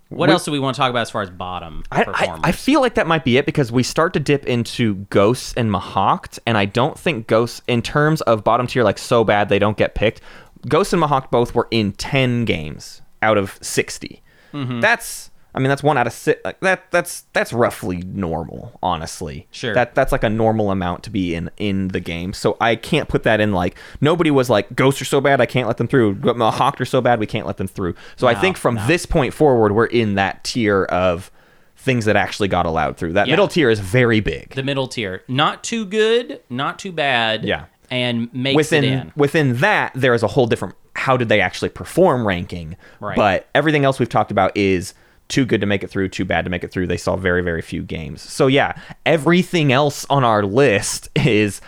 what
We-
else do we want to talk about as far as bottom
I, I,
performers?
I feel like that might be it because we start to dip into ghosts and Mahawked, and I don't think ghosts, in terms of bottom tier, like so bad they don't get picked. Ghosts and Mahawked both were in ten games out of 60
Mm-hmm.
That's, I mean, that's one out of six. Like that, that's that's roughly normal, honestly.
Sure.
That that's like a normal amount to be in in the game. So I can't put that in like nobody was like ghosts are so bad I can't let them through. But Mahawked are so bad we can't let them through. So I think from this point forward we're in that tier of things that actually got allowed through. That
Yeah.
middle tier is very big.
the middle tier. Not too good, not too bad.
Yeah.
And makes it
within
in.
within that there is a whole different how did they actually perform ranking.
Right.
But everything else we've talked about is too good to make it through, too bad to make it through. They saw very very few games. So yeah, everything else on our list is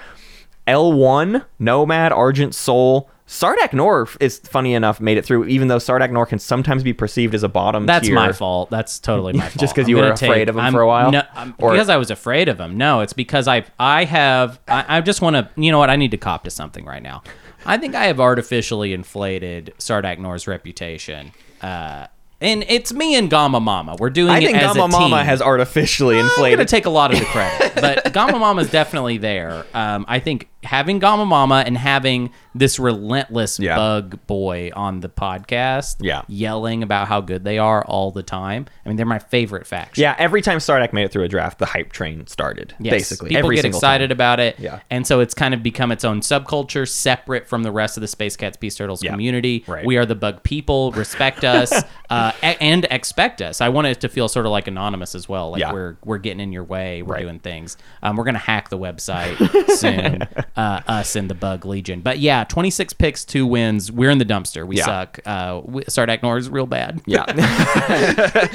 L1, Nomad, Argent Soul. Sardak Nor is funny enough made it through, even though Sardak Nor can sometimes be perceived as a bottom
That's
tier.
my fault. That's totally my fault.
'cause
I'm
you were
gonna take-
afraid of him
I'm-
for a while?
No, I'm-
Or-
because I was afraid of him. No, it's because I I have I, I just want to you know what I need to cop to something right now. I think I have artificially inflated Sardak Nor's reputation. Uh, and it's me and Gama Mama. We're doing
I
it
think
as
Gamma
a
Mama
team.
has artificially
I'm gonna
inflated.
take a lot of the credit, but Gamma Mama's definitely there. Um, I think having Gama Mama and having this relentless
Yeah.
bug boy on the podcast,
Yeah.
yelling about how good they are all the time. I mean, they're my favorite faction.
Yeah, every time Sardak made it through a draft, the hype train started.
Yes.
Basically,
people
every
get
single
excited
time.
about it,
Yeah.
and so it's kind of become its own subculture, separate from the rest of the Space Cats, Peace Turtles
Yeah.
community.
Right.
We are the bug people. Respect us uh, a- and expect us. I want it to feel sort of like anonymous as well. Like
Yeah.
we're we're getting in your way. We're
Right.
doing things. Um, we're gonna hack the website soon. Uh, us and the Bug Legion. But yeah, twenty six picks, two wins. We're in the dumpster. We
Yeah.
suck. Uh, we, Sardak Nor is real bad.
Yeah.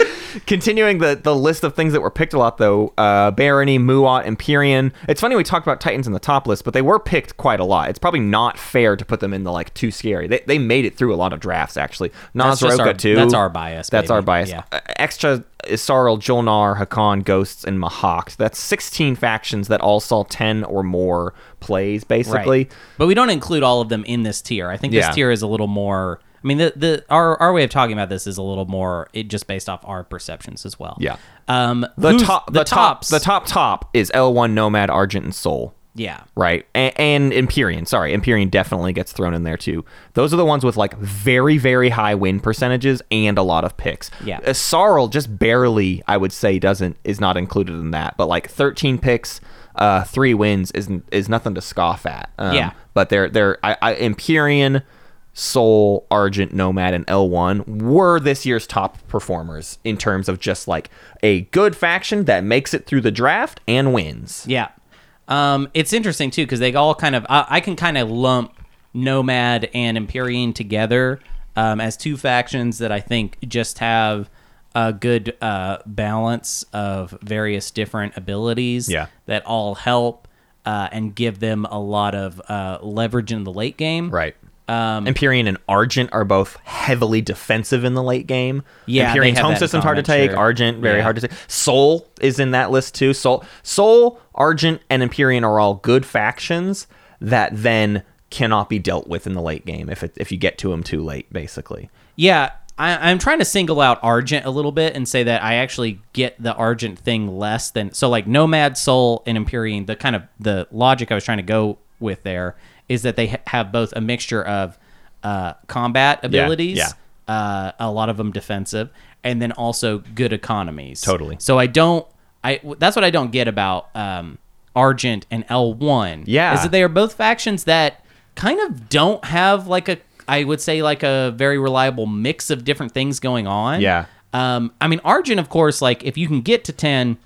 Continuing the, the list of things that were picked a lot, though uh, Barony, Muat, Empyrean. It's funny we talked about Titans in the top list, but they were picked quite a lot. It's probably not fair to put them in the like too scary. They, they made it through a lot of drafts, actually.
That's just
Nazroka,
our-
too.
that's our bias,
That's
baby.
our bias.
Yeah.
Uh, Extra Isarl, Jolnar, Hakan, Ghosts, and Mahawk. That's 16 factions that all saw 10 or more plays, basically.
Right. But we don't include all of them in this tier. I think
Yeah.
this tier is a little more. I mean, the, the our, our way of talking about this is a little more it just based off our perceptions as well.
Yeah.
Um,
The
who's-
top, the, top, the top, top is L1 Nomad, Argent, and Soul.
Yeah.
right? And, and Empyrean, sorry, Empyrean definitely gets thrown in there too. Those are the ones with like very, very high win percentages and a lot of picks.
Yeah.
Uh, Sarl just barely, I would say, doesn't is not included in that, but like 13 picks, uh, three wins is is nothing to scoff at. Um,
Yeah.
but they're they're I, I, Empyrean. Soul, Argent, Nomad, and L1 were this year's top performers in terms of just like a good faction that makes it through the draft and wins.
Yeah. Um, it's interesting too because they all kind of I, I can kind of lump Nomad and Empyrean together um, as two factions that I think just have a good uh, balance of various different abilities
Yeah.
that all help uh, and give them a lot of uh, leverage in the late game.
Right. Um, Empyrean and Argent are both heavily defensive in the late game.
Yeah,
Empyrean's
they have
home
that in
system's hard to
common,
take.
sure.
Argent very
Yeah.
hard to take. Soul is in that list too. Soul, Soul, Argent, and Empyrean are all good factions that then cannot be dealt with in the late game if it, if you get to them too late, basically.
Yeah, I, I'm trying to single out Argent a little bit and say that I actually get the Argent thing less than so like Nomad, Soul, and Empyrean. The kind of the logic I was trying to go with there is that they ha- have both a mixture of uh, combat abilities,
yeah.
Uh, a lot of them defensive, and then also good economies.
Totally.
So I don't. I that's what I don't get about um, Argent and L1.
Yeah.
is that they are both factions that kind of don't have like a I would say like a very reliable mix of different things going on.
Yeah.
Um, I mean Argent, of course, like if you can get to ten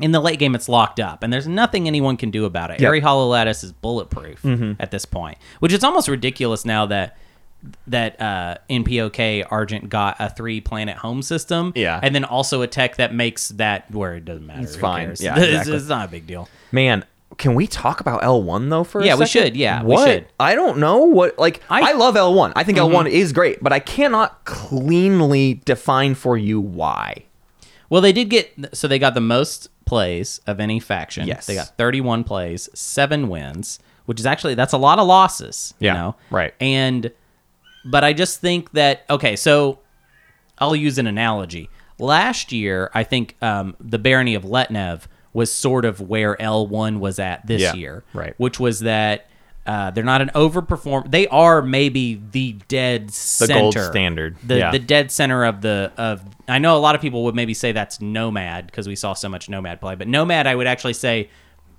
in the late game, it's locked up, and there's nothing anyone can do about it.
Yep. Mm-hmm.
Airy Hollow Lattice is bulletproof at this point, which is almost ridiculous now that that uh, NPOK Argent got a three planet home system,
Yeah.
and then also a tech that makes that where it doesn't matter. It's
fine. Yeah,
it's,
exactly.
it's not a big deal.
Man, can we talk about L1 though for a
Yeah, we
second?
should, yeah, we
What?
should.
I don't know what like I,
I- Mm-hmm.
love L1. I think L1 is great, but I cannot cleanly define for you why.
Well, they did get so they got the most plays of any faction.
Yes.
they got 31 plays, seven wins, which is actually that's a lot of losses.
Yeah,
you know?
right.
And but I just think that okay, so I'll use an analogy. Last year, I think um, the barony of Letnev was sort of where L1 was at this
Yeah,
year,
right.
Which was that uh, they're not an overperform. They are maybe the dead
The
center,
gold standard.
the
yeah.
the dead center of the of I know a lot of people would maybe say that's Nomad because we saw so much Nomad play, but Nomad I would actually say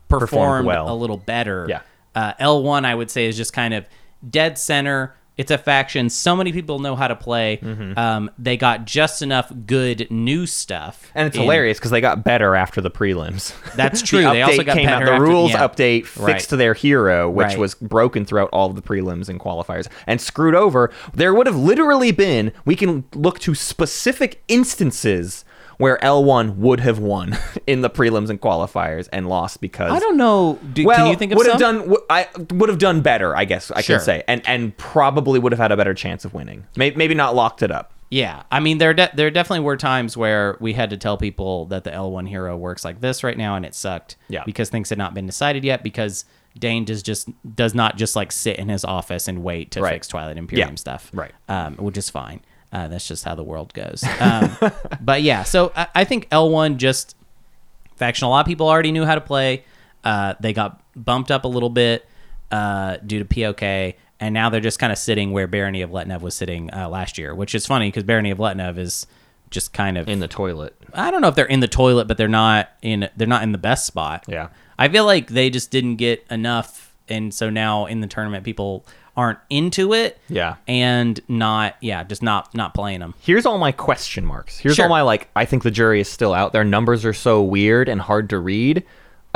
performed,
well.
a little better.
Yeah.
Uh, L1 I would say is just kind of dead center. It's a faction. So many people know how to play.
Mm-hmm.
Um, they got just enough good new stuff,
And it's
in-
hilarious because they got better after the prelims.
That's
The
true. They also
update
got
came out.
better
The
after-
rules
yeah.
update fixed
Right.
their hero, which
Right.
was broken throughout all of the prelims and qualifiers, and screwed over. There would have literally been. We can look to specific instances where L1 would have won in the prelims and qualifiers and lost because
I don't know. Do,
well,
can you think of
would have done.
some?
w- I would have done better, I guess I
Sure.
can say, and and probably would have had a better chance of winning. Maybe, maybe not locked it up.
Yeah, I mean there de- there definitely were times where we had to tell people that the L1 hero works like this right now, and it sucked.
Yeah.
because things had not been decided yet. Because Dane does just does not just like sit in his office and wait to
Right.
fix Twilight Imperium
Yeah,
stuff.
right.
um, which is fine. Uh, that's just how the world goes. Um, but yeah, so I, I think L1 just faction. A lot of people already knew how to play. Uh, they got bumped up a little bit. uh, due to POK, and now they're just kind of sitting where Barony of Letnev was sitting uh, last year, which is funny because Barony of Letnev is just kind of
in the toilet.
I don't know if they're in the toilet, but they're not in they're not in the best spot.
Yeah.
I feel like they just didn't get enough, and so now in the tournament, people aren't into it.
Yeah.
and not yeah, just not not playing them.
Here's all my question marks. Here's
Sure.
all my like. I think the jury is still out. Their numbers are so weird and hard to read.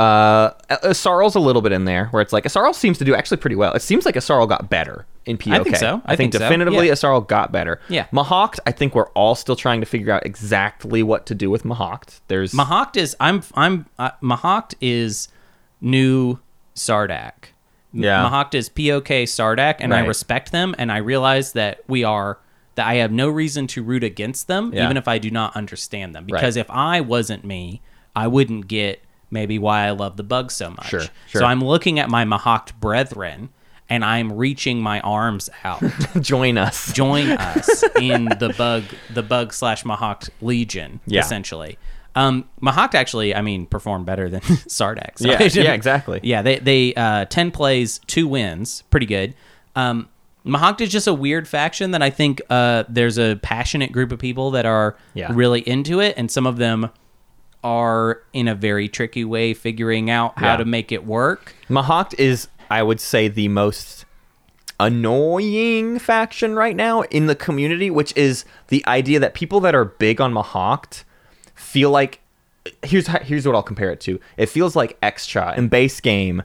Uh, Asarl's a little bit in there where it's like Asarl seems to do actually pretty well. It seems like Asarl got better in POK.
think so. I think so.
definitively
Yeah.
Asarl got better.
Yeah.
Mahawked. I think we're all still trying to figure out exactly what to do with Mahawked. There's
Mahawked is I'm I'm uh, Mahawked is new Sardak.
Yeah.
Mahawked is POK Sardak, and I
Right.
respect them, and I realize that we are that I have no reason to root against them,
Yeah.
even if I do not understand them. Because if I wasn't me, I wouldn't get maybe why I love the bug so much.
Sure, sure.
So I'm looking at my Mahawked brethren, and I'm reaching my arms out.
join us.
join us in the bug the bug slash Mahawk Legion,
Yeah.
essentially. Um, Mahawk actually, I mean, performed better than Sardax.
Yeah, yeah, exactly.
Yeah, they they uh, ten plays, two wins, pretty good. Um, Mahawk is just a weird faction that I think uh, there's a passionate group of people that are
Yeah.
really into it, and some of them are in a very tricky way figuring out how
Yeah.
to make it work.
Mahawked is, I would say, the most annoying faction right now in the community, which is the idea that people that are big on Mahawked feel like. Here's how, here's what I'll compare it to. It feels like Extra in base game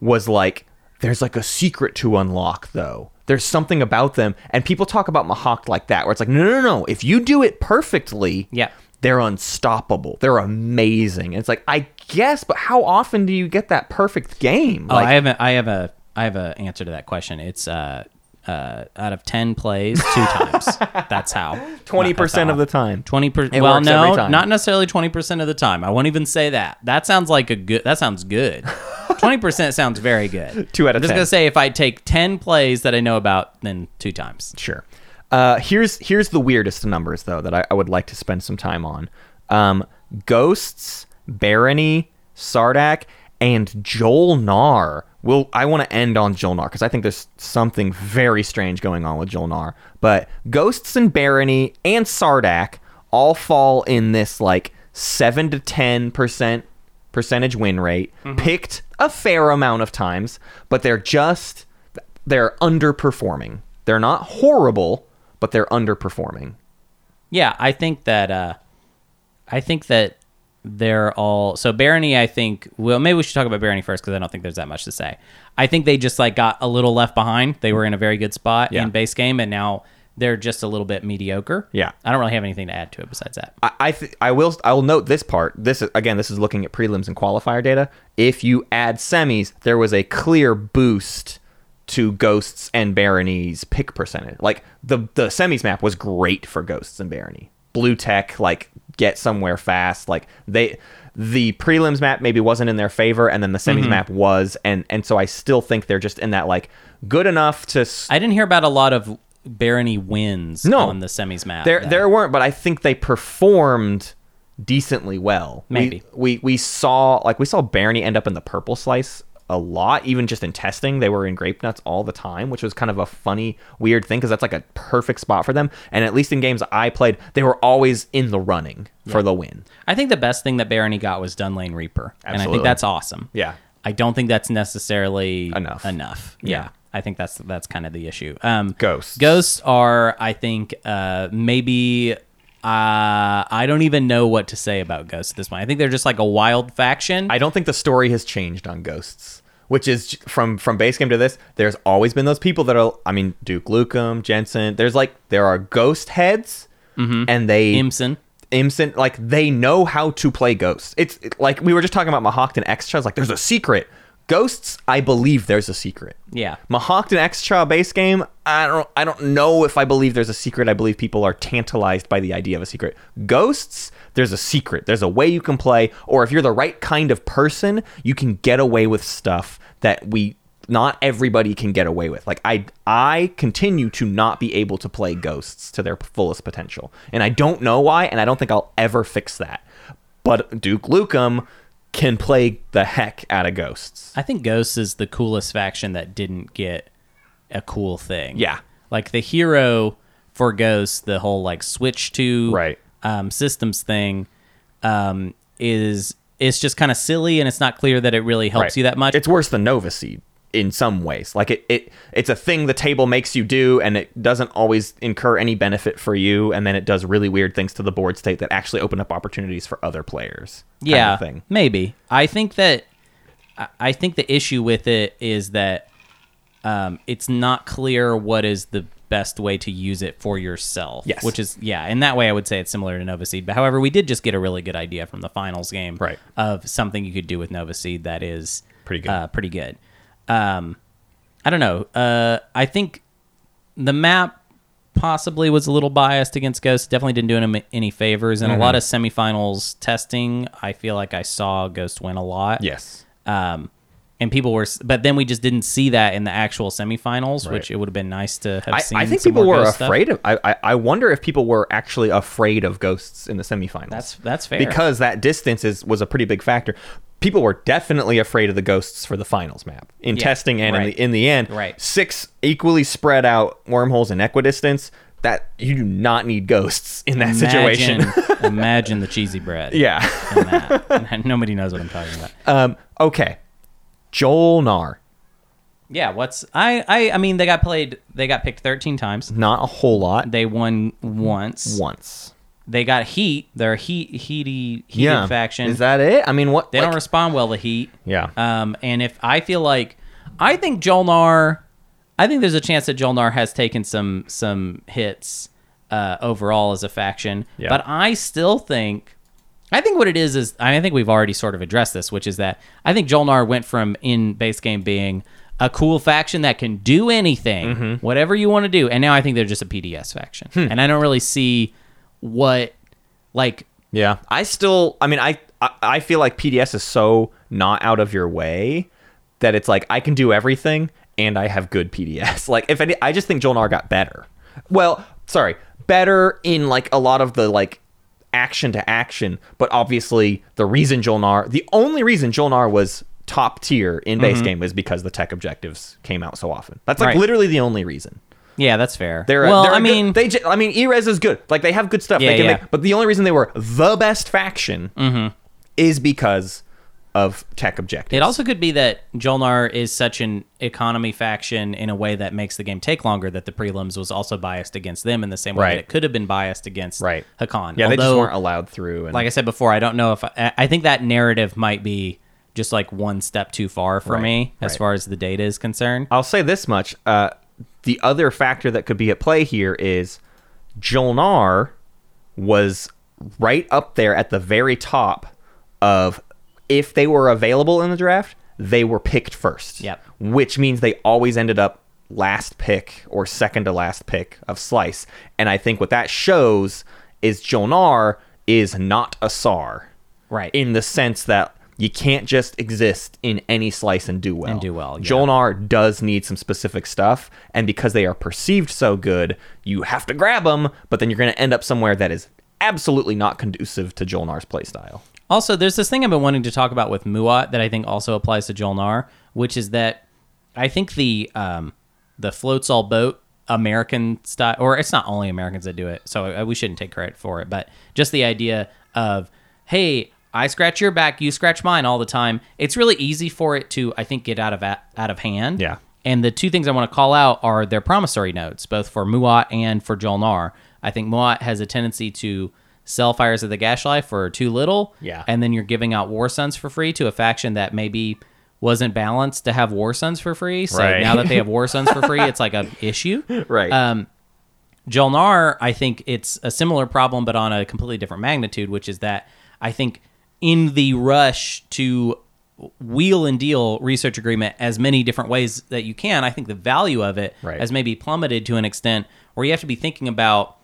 was like there's like a secret to unlock though. There's something about them, and people talk about Mahawked like that, where it's like no no no. If you do it perfectly,
Yeah.
they're unstoppable. They're amazing. And it's like I guess, but how often do you get that perfect game?
Oh,
like,
I have a, I have a, I have a answer to that question. It's uh, uh, out of ten plays, two times. That's how.
twenty percent of the time.
Twenty
It
percent. Well,
works
no,
every time.
not necessarily twenty percent of the time. I won't even say that. That sounds like a good. That sounds good. Twenty percent sounds very good.
Two out of
I'm just
10.
gonna say if I take ten plays that I know about, then two times.
Sure. Uh, here's here's the weirdest numbers though that I, I would like to spend some time on. Um, ghosts, Barony, Sardak, and Joel Nar. Will I want to end on Joel Nar because I think there's something very strange going on with Joel Nar. But ghosts and Barony and Sardak all fall in this like seven to ten percent percentage win rate. Picked a fair amount of times, but they're just they're underperforming. They're not horrible, but they're underperforming.
Yeah, I think that uh I think that they're all so Barony I think well maybe we should talk about Barony first cuz I don't think there's that much to say. I think they just like got a little left behind. They were in a very good spot
Yeah.
in base game and now they're just a little bit mediocre.
Yeah.
I don't really have anything to add to it besides that.
I I, th- I will I will note this part. This is, again, this is looking at prelims and qualifier data. If you add semis, there was a clear boost to ghosts and baronies pick percentage. Like the the semis map was great for ghosts and barony. Blue tech like get somewhere fast. Like they the prelims map maybe wasn't in their favor, and then the semis map was, and and so I still think they're just in that like good enough to. s-
I didn't hear about a lot of Barony wins
No.
on the semis map.
There,
though.
there weren't, but I think they performed decently well. We-
Maybe.
we, we saw like we saw Barony end up in the purple slice a lot, even just in testing. They were in grape nuts all the time, which was kind of a funny, weird thing because that's like a perfect spot for them. And at least in games I played, they were always in the running for the win.
I think the best thing that Barony got was Dunlane Reaper, and I think
Absolutely.
that's awesome.
Yeah.
I don't think that's necessarily
Enough.
Enough.
Yeah.
Yeah. I think that's that's kind of the issue. Um,
Ghosts.
Ghosts are, I think, uh, maybe. Uh, I don't even know what to say about ghosts at this point. I think they're just like a wild faction.
I don't think the story has changed on Ghosts, which is j- from from base game to this. There's always been those people that are. I mean, Duke Lucum, Jensen. There's like there are ghost heads, and they
Imsen.
Imsen, like they know how to play ghosts. It's it- like we were just talking about Mahawked and Extra. It's like there's a secret. Ghosts, I believe there's a secret.
Yeah.
Mahawked and Extra base game, I don't I don't know if I believe there's a secret. I believe people are tantalized by the idea of a secret. Ghosts, there's a secret. There's a way you can play, or if you're the right kind of person, you can get away with stuff that we not everybody can get away with. Like I I continue to not be able to play ghosts to their fullest potential. And I don't know why, and I don't think I'll ever fix that. But Duke Lucum can play the heck out of ghosts.
I think Ghosts is the coolest faction that didn't get a cool thing.
Yeah.
Like the hero for Ghosts, the whole like switch to
Right.
um, systems thing um, is it's just kind of silly and it's not clear that it really helps
Right.
you that much.
It's worse than Nova Seed in some ways. Like it, it it's a thing the table makes you do and it doesn't always incur any benefit for you and then it does really weird things to the board state that actually open up opportunities for other players. kind of
yeah,
thing.
maybe. I think that I- I think the issue with it is that um, it's not clear what is the best way to use it for yourself.
Yes.
Which is yeah, in that way I would say it's similar to Nova Seed. But however, we did just get a really good idea from the finals game
Right.
of something you could do with Nova Seed that is
Pretty good.
Uh, pretty good. Um, I don't know. Uh, I think the map possibly was a little biased against Ghost. Definitely didn't do him any favors. And a lot of
Mm-hmm.
semifinals testing, I feel like I saw Ghost win a lot.
Yes.
Um, and people were, s- but then we just didn't see that in the actual semifinals, which it would have been nice to have
I,
seen.
I think
some
people
more
were
Ghost stuff.
afraid of I, I I wonder if people were actually afraid of ghosts in the semifinals.
That's that's fair.
because that distance is was a pretty big factor. People were definitely afraid of the ghosts for the finals map in
Yeah,
testing and in,
right.
the, in the end.
Right.
Six equally spread out wormholes in equidistance. That you do not need ghosts in that situation.
Imagine, imagine the cheesy bread.
yeah.
in that. Nobody knows what I'm talking about.
Um, okay. Joel Nar.
Yeah, what's I, I I mean they got played they got picked 13 times.
Not a whole lot.
They won once.
Once.
They got heat. They're a heat heaty heated faction.
Is that it? I mean, what?
they don't
like-
respond well to heat.
Yeah.
Um and if I feel like I think Jolnar I think there's a chance that Jolnar has taken some some hits uh overall as a faction.
Yeah.
But I still think I think what it is is I, mean, I think we've already sort of addressed this, which is that I think Jolnar went from in base game being a cool faction that can do anything,
Mm-hmm.
whatever you want to do, and now I think they're just a PDS faction,
Hmm.
and I don't really see what like
Yeah, I still. I mean, I, I I feel like PDS is so not out of your way that it's like I can do everything and I have good PDS. Like if any, I just think Jolnar got better. Well, sorry, better in like a lot of the like action to action, but obviously the reason Jolnar, the only reason Jolnar was top tier in base game was because the tech objectives came out so often. That's like
Right.
literally the only reason.
yeah, that's fair.
They're a-
well,
they're a
I
good-
mean,
they. j- I mean, Erez is good. Like they have good stuff.
Yeah,
they can
yeah. Mm-hmm.
make, but the only reason they were the best faction is because of tech objectives.
It also could be that Jolnar is such an economy faction in a way that makes the game take longer that the prelims was also biased against them in the same way
Right.
that it could have been biased against
Right.
Hakan.
yeah, they just
Although,
weren't allowed through. And,
like I said before, I don't know if I, I think that narrative might be just like one step too far for
Right,
me as
right.
far as the data is concerned.
I'll say this much: uh, the other factor that could be at play here is Jolnar was right up there at the very top of if they were available in the draft, they were picked first.
Yep.
Which means they always ended up last pick or second to last pick of Slice. And I think what that shows is Jolnar is not a SAR.
Right.
In the sense that you can't just exist in any slice and do well.
And do well, yeah.
Jolnar does need some specific stuff, and because they are perceived so good, you have to grab them, but then you're going to end up somewhere that is absolutely not conducive to Jolnar's playstyle.
Also, there's this thing I've been wanting to talk about with Muat that I think also applies to Jolnar, which is that I think the um, the floats all boat American style, or it's not only Americans that do it, so I, we shouldn't take credit for it, but just the idea of hey, I scratch your back, you scratch mine all the time. It's really easy for it to I think get out of out of hand.
Yeah.
And the two things I want to call out are their promissory notes, both for Muat and for Jolnar. I think Muat has a tendency to sell Fires of the Gashlight for too little.
Yeah.
And then you're giving out War Sons for free to a faction that maybe wasn't balanced to have War Sons for free. So
Right.
now that they have War Sons for free, it's like an issue.
Right.
Jolnar, I think it's a similar problem, but on a completely different magnitude, which is that I think in the rush to wheel and deal research agreement as many different ways that you can, I think the value of it
Right.
has maybe plummeted to an extent where you have to be thinking about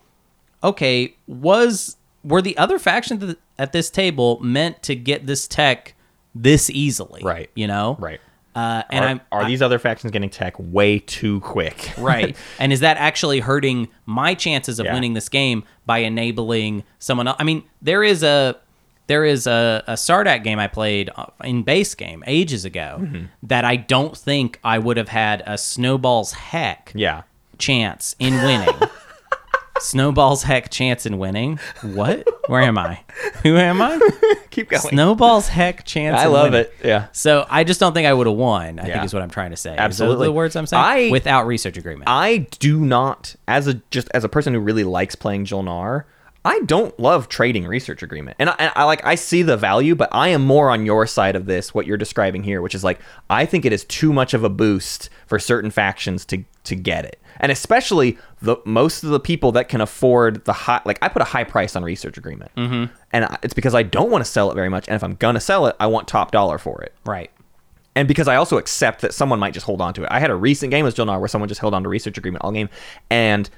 okay, was were the other factions th- at this table meant to get this tech this easily?
Right.
You know?
right.
Uh, and
are,
I'm,
are these other factions getting tech way too quick?
right and is that actually hurting my chances of
Yeah.
winning this game by enabling someone else i mean there is a There is a, a Sardak game I played uh, in base game ages ago
Mm-hmm.
that I don't think I would have had a snowball's heck
Yeah.
chance in winning. snowball's heck chance in winning. What? Where am I? Who am I?
Keep going.
Snowball's heck chance.
I
in
love
winning.
it. Yeah.
So I just don't think I would have won. I
Yeah.
think is what I'm trying to say. Is those
Absolutely.
the words I'm saying
I-
without research agreement.
I do not, as a just as a person who really likes playing Jolnar, I don't love trading research agreement, and I, and I like I see the value, but I am more on your side of this. What you're describing here, which is like I think it is too much of a boost for certain factions to to get it, and especially the most of the people that can afford the high. Like I put a high price on research agreement, mm-hmm. and I- it's because I don't want to sell it very much, and if I'm gonna sell it, I want top dollar for it
right.
and because I also accept that someone might just hold on to it. I had a recent game with Jilnar where someone just held on to research agreement all game, and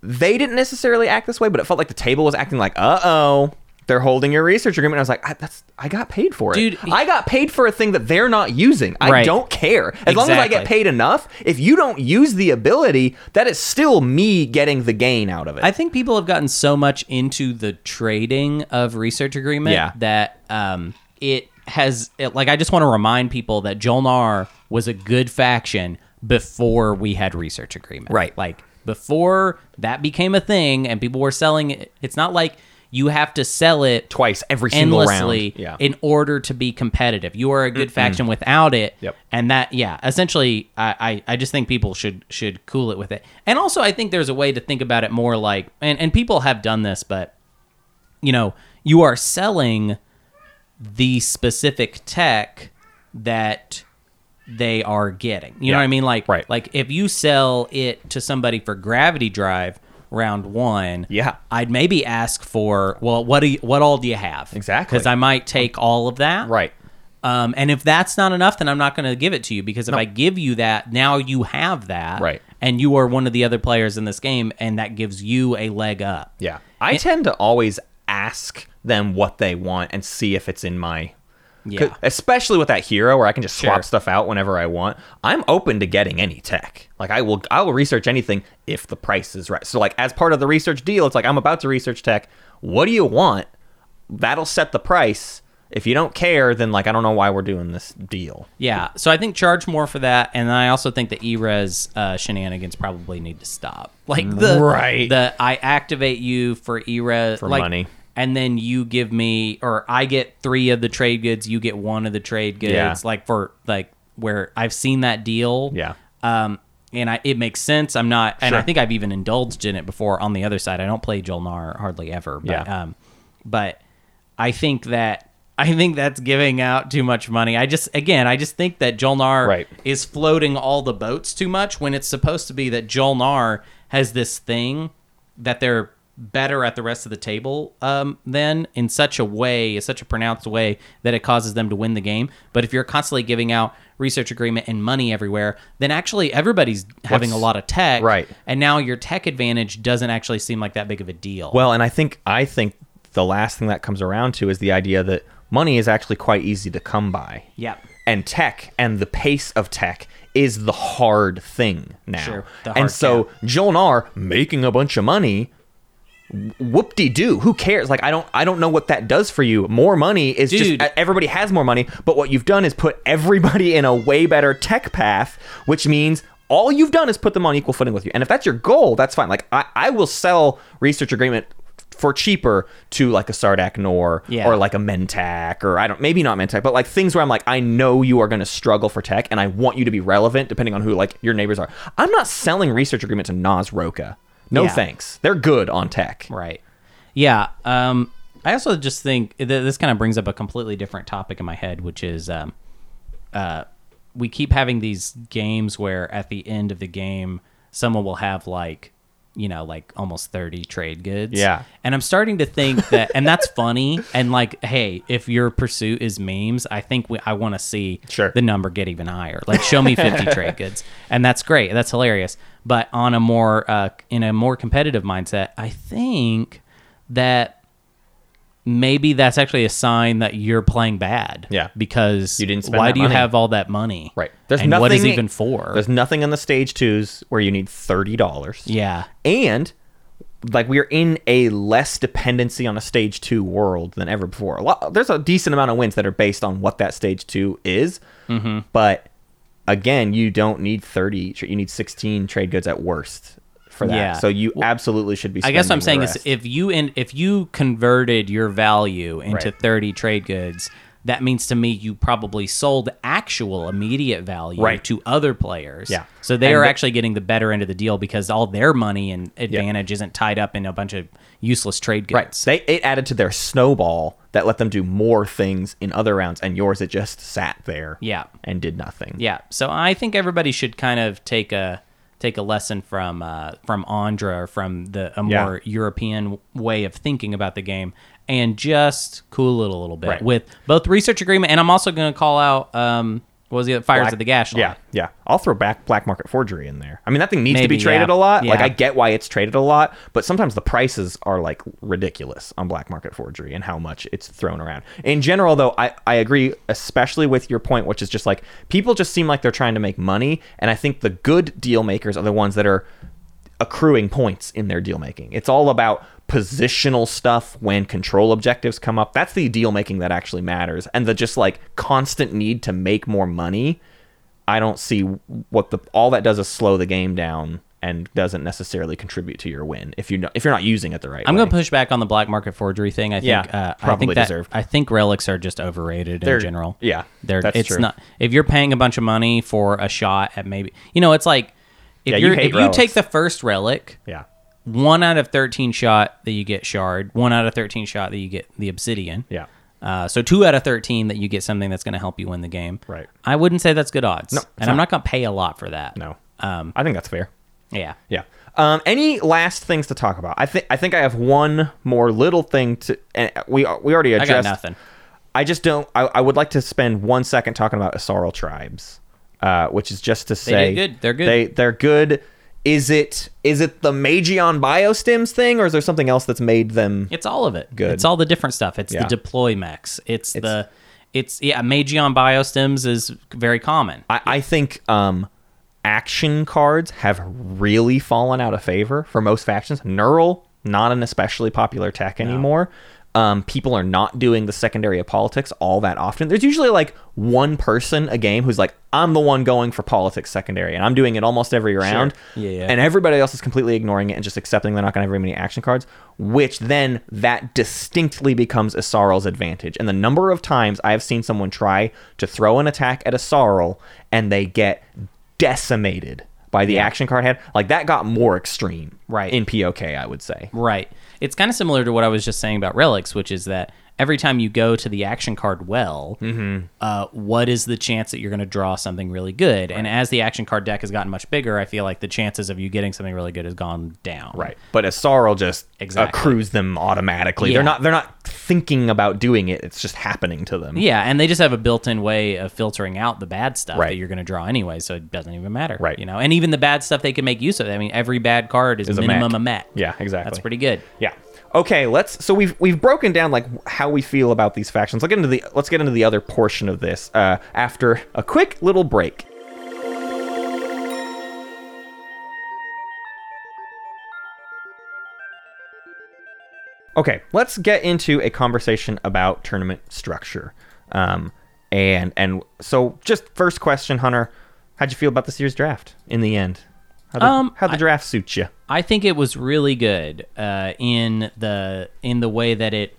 they didn't necessarily act this way, but it felt like the table was acting like, uh oh, they're holding your research agreement. I was like, I, that's I got paid for it.
Dude,
I got paid for a thing that they're not using. I
Right.
don't care as long as I get
Exactly.
paid enough. If you don't use the ability, that is still me getting the gain out of it.
I think people have gotten so much into the trading of research agreement
Yeah.
that um, it has it, like I just want to remind people that Jolnar was a good faction before we had research agreement.
Right.
Like before that became a thing and people were selling it. It's not like you have to sell it
Twice every single
endlessly
round. Yeah.
in order to be competitive. You are a good faction without it.
Yep.
And that, yeah, essentially, I, I, I just think people should should cool it with it. And also, I think there's a way to think about it more like, and, and people have done this, but, you know, you are selling the specific tech that they are getting. You know
Yeah.
what I mean? Like,
Right.
like if you sell it to somebody for gravity drive round one,
Yeah.
I'd maybe ask for, well, what do you, what all do you have?
Exactly.
Because I might take all of that.
right.
Um, and if that's not enough, then I'm not going to give it to you because if I give you that, now you have that.
Right.
And you are one of the other players in this game, and that gives you a leg up.
Yeah. I tend to always ask them what they want and see if it's in my 'cause-
Yeah.
Especially with that hero where I can just swap
Sure.
stuff out whenever I want. I'm open to getting any tech. Like I will I will research anything if the price is right. So like as part of the research deal, it's like I'm about to research tech. What do you want? That'll set the price. If you don't care, then like I don't know why we're doing this deal.
Yeah. So I think charge more for that, and I also think the E-Res uh, shenanigans probably need to stop. Like the
Right.
the I activate you for E-Res
For
like,
money.
and then you give me or I get three of the trade goods, you get one of the trade goods.
Yeah.
Like for like where I've seen that deal.
Yeah.
Um, and I, it makes sense. I'm not, and I
Sure.
think I've even indulged in it before. On the other side, I don't play Jolnar hardly ever. But,
Yeah.
Um, but I think that I think that's giving out too much money. I just again, I just think that Jolnar
Right.
is floating all the boats too much when it's supposed to be that Jolnar has this thing that they're better at the rest of the table um, than in such a way, in such a pronounced way that it causes them to win the game. But if you're constantly giving out research agreement and money everywhere, then actually everybody's having a
What's-
lot of tech,
Right.
And now your tech advantage doesn't actually seem like that big of a deal.
Well, and I think I think the last thing that comes around to is the idea that money is actually quite easy to come by.
Yep.
And tech and the pace of tech is the hard thing now.
Sure, the hard
and so Jolnar making a bunch of money whoop de doo who cares like i don't i don't know what that does for you more money is
Dude.
just everybody has more money but what you've done is put everybody in a way better tech path which means all you've done is put them on equal footing with you and if that's your goal that's fine like i, I will sell research agreement for cheaper to like a sardak nor
Yeah.
or like a mentac or i don't maybe not mentac but like things where i'm like i know you are going to struggle for tech and i want you to be relevant depending on who like your neighbors are i'm not selling research agreement to nas roca no
Yeah.
thanks they're good on tech
Right. Yeah. Um, I also just think th- this kind of brings up a completely different topic in my head, which is um, uh, we keep having these games where at the end of the game, someone will have like, you know, like almost 30 trade goods.
Yeah.
And I'm starting to think that, and that's funny. And like, hey, if your pursuit is memes, I think we, I want to see
Sure.
the number get even higher. Like, show me 50 trade goods, and that's great. That's hilarious. But on a more uh, in a more competitive mindset, I think that maybe that's actually a sign that you're playing bad.
Yeah.
because
You didn't spend
Why
that
do you
money.
have all that money?
Right. There's
and
nothing.
What is it even for?
There's nothing in the stage twos where you need thirty dollars.
yeah.
And like we are in a less dependency on a stage two world than ever before. A lot, there's a decent amount of wins that are based on what that stage two is,
Mm-hmm.
but again, you don't need 30. each, You need 16 trade goods at worst for that.
Yeah.
So you absolutely should be.
I guess what I'm
spending
saying
the rest.
is if you in, if you converted your value into
Right.
30 trade goods, that means to me you probably sold actual immediate value
Right.
to other players.
Yeah.
So they
And
are
the-
actually getting the better end of the deal because all their money and advantage isn't tied up in a bunch of useless trade goods.
right, they it added to their snowball that let them do more things in other rounds, and yours it just sat there.
Yeah.
and did nothing.
Yeah. So I think everybody should kind of take a take a lesson from uh, from Andra or from the a
Yeah.
more European way of thinking about the game and just cool it a little bit
Right.
with both research agreement and I'm also going to call out um what was the other fires
Black-
of the gash line.
Yeah, yeah. I'll throw back black market forgery in there. I mean, that thing needs to
Maybe,
be traded
yeah.
a lot. Like,
Yeah.
I get why it's traded a lot, but sometimes the prices are like ridiculous on black market forgery and how much it's thrown around. In general, though, I, I agree, especially with your point, which is just like people just seem like they're trying to make money. And I think the good deal makers are the ones that are accruing points in their deal making. It's all about positional stuff when control objectives come up. That's the deal making that actually matters. And the just like constant need to make more money, I don't see what the all that does is slow the game down and doesn't necessarily contribute to your win if you if you're not using it the right
I'm
way.
going to push back on the black market forgery thing. I think
Yeah,
uh, I
probably
think that,
deserved.
I think relics are just overrated
They're-
in general.
yeah,
they're
that's
it's
true.
not if you're paying a bunch of money for a shot at maybe you know it's like if
Yeah, you
you're
hate
if you
relics.
take the first relic
yeah.
one out of 13 shot that you get shard, one out of 13 shot that you get the obsidian.
Yeah.
Uh, so two out of 13 that you get something that's going to help you win the game.
Right.
I wouldn't say that's good odds.
No, it's
and I'm not going to pay a lot for that.
No.
Um,
I think that's fair.
Yeah.
Yeah. Um, any last things to talk about? I think I think I have one more little thing to. And uh, we we already
I
addressed.
got nothing.
I just don't. I, I would like to spend one second talking about Asarl tribes, uh, which is just to say
did good. They're good.
They they're good. Is it is it the Magion biostims thing, or is there something else that's made them?
It's all of it.
Good.
It's all the different stuff. It's
Yeah.
the deploy mechs. It's, the, it's, yeah, Magion Biostims is very common.
I, I think um, action cards have really fallen out of favor for most factions. Neural, not an especially popular tech anymore. Um, people are not doing the secondary of politics all that often. There's usually like one person a game who's like, I'm the one going for politics secondary, and I'm doing it almost every round.
Yeah, yeah.
And everybody else is completely ignoring it and just accepting they're not going to have very many action cards, which then that distinctly becomes a Sarl's advantage. And the number of times I have seen someone try to throw an attack at a Sarl and they get decimated by the action card head, like that got more extreme
Right.
in POK, I would say.
Right. It's kind of similar to what I was just saying about relics, which is that every time you go to the action card well,
Mm-hmm.
uh, what is the chance that you're going to draw something really good? And as the action card deck has gotten much bigger, I feel like the chances of you getting something really good has gone down.
But a Sarl just
Exactly.
accrues them automatically.
Yeah.
They're not they're not thinking about doing it. It's just happening to them.
Yeah, and they just have a built-in way of filtering out the bad stuff that
Right.
you're going to draw anyway, so it doesn't even matter.
Right.
You know, and even the bad stuff they can make use of. I mean, every bad card is,
Is a
minimum
mech.
a met.
Yeah, exactly.
That's pretty good.
Yeah. Okay, let's so we've we've broken down like how we feel about these factions. Let's get into the let's get into the other portion of this uh, after a quick little break. Okay, let's get into a conversation about tournament structure. Um, and and so just first question, Hunter, how'd you feel about this year's draft in the end? How
Um,
how the
I-
draft suit you?
I think it was really good uh, in the in the way that it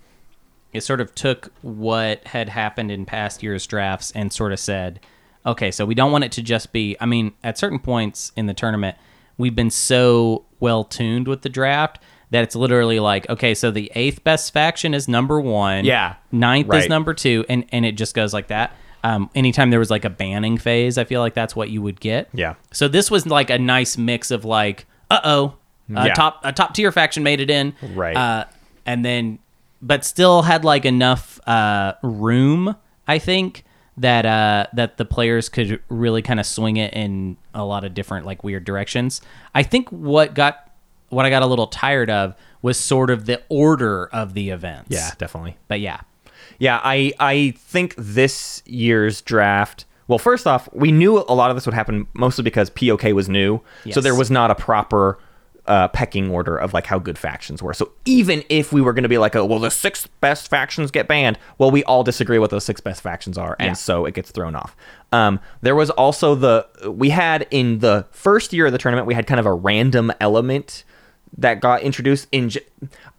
it sort of took what had happened in past years drafts and sort of said, okay, so we don't want it to just be. I mean, at certain points in the tournament, we've been so well tuned with the draft that it's literally like, okay, so the eighth best faction is number one,
Yeah.
ninth is
Right.
number two, and and it just goes like that. Um, anytime there was like a banning phase, I feel like that's what you would get.
Yeah.
So this was like a nice mix of like, uh-oh, uh
Yeah.
top a top tier faction made it in,
Right.
Uh, and then, but still had like enough uh, room, I think that uh, that the players could really kind of swing it in a lot of different like weird directions. I think what got what I got a little tired of was sort of the order of the events.
definitely.
But yeah.
Yeah, I I think this year's draft. Well, first off, we knew a lot of this would happen mostly because POK was new,
Yes.
so there was not a proper uh, pecking order of like how good factions were. So even if we were going to be like, oh, well, the six best factions get banned, well, we all disagree what those six best factions are, and so it gets thrown off. Um, there was also the we had in the first year of the tournament, we had kind of a random element that got introduced in j-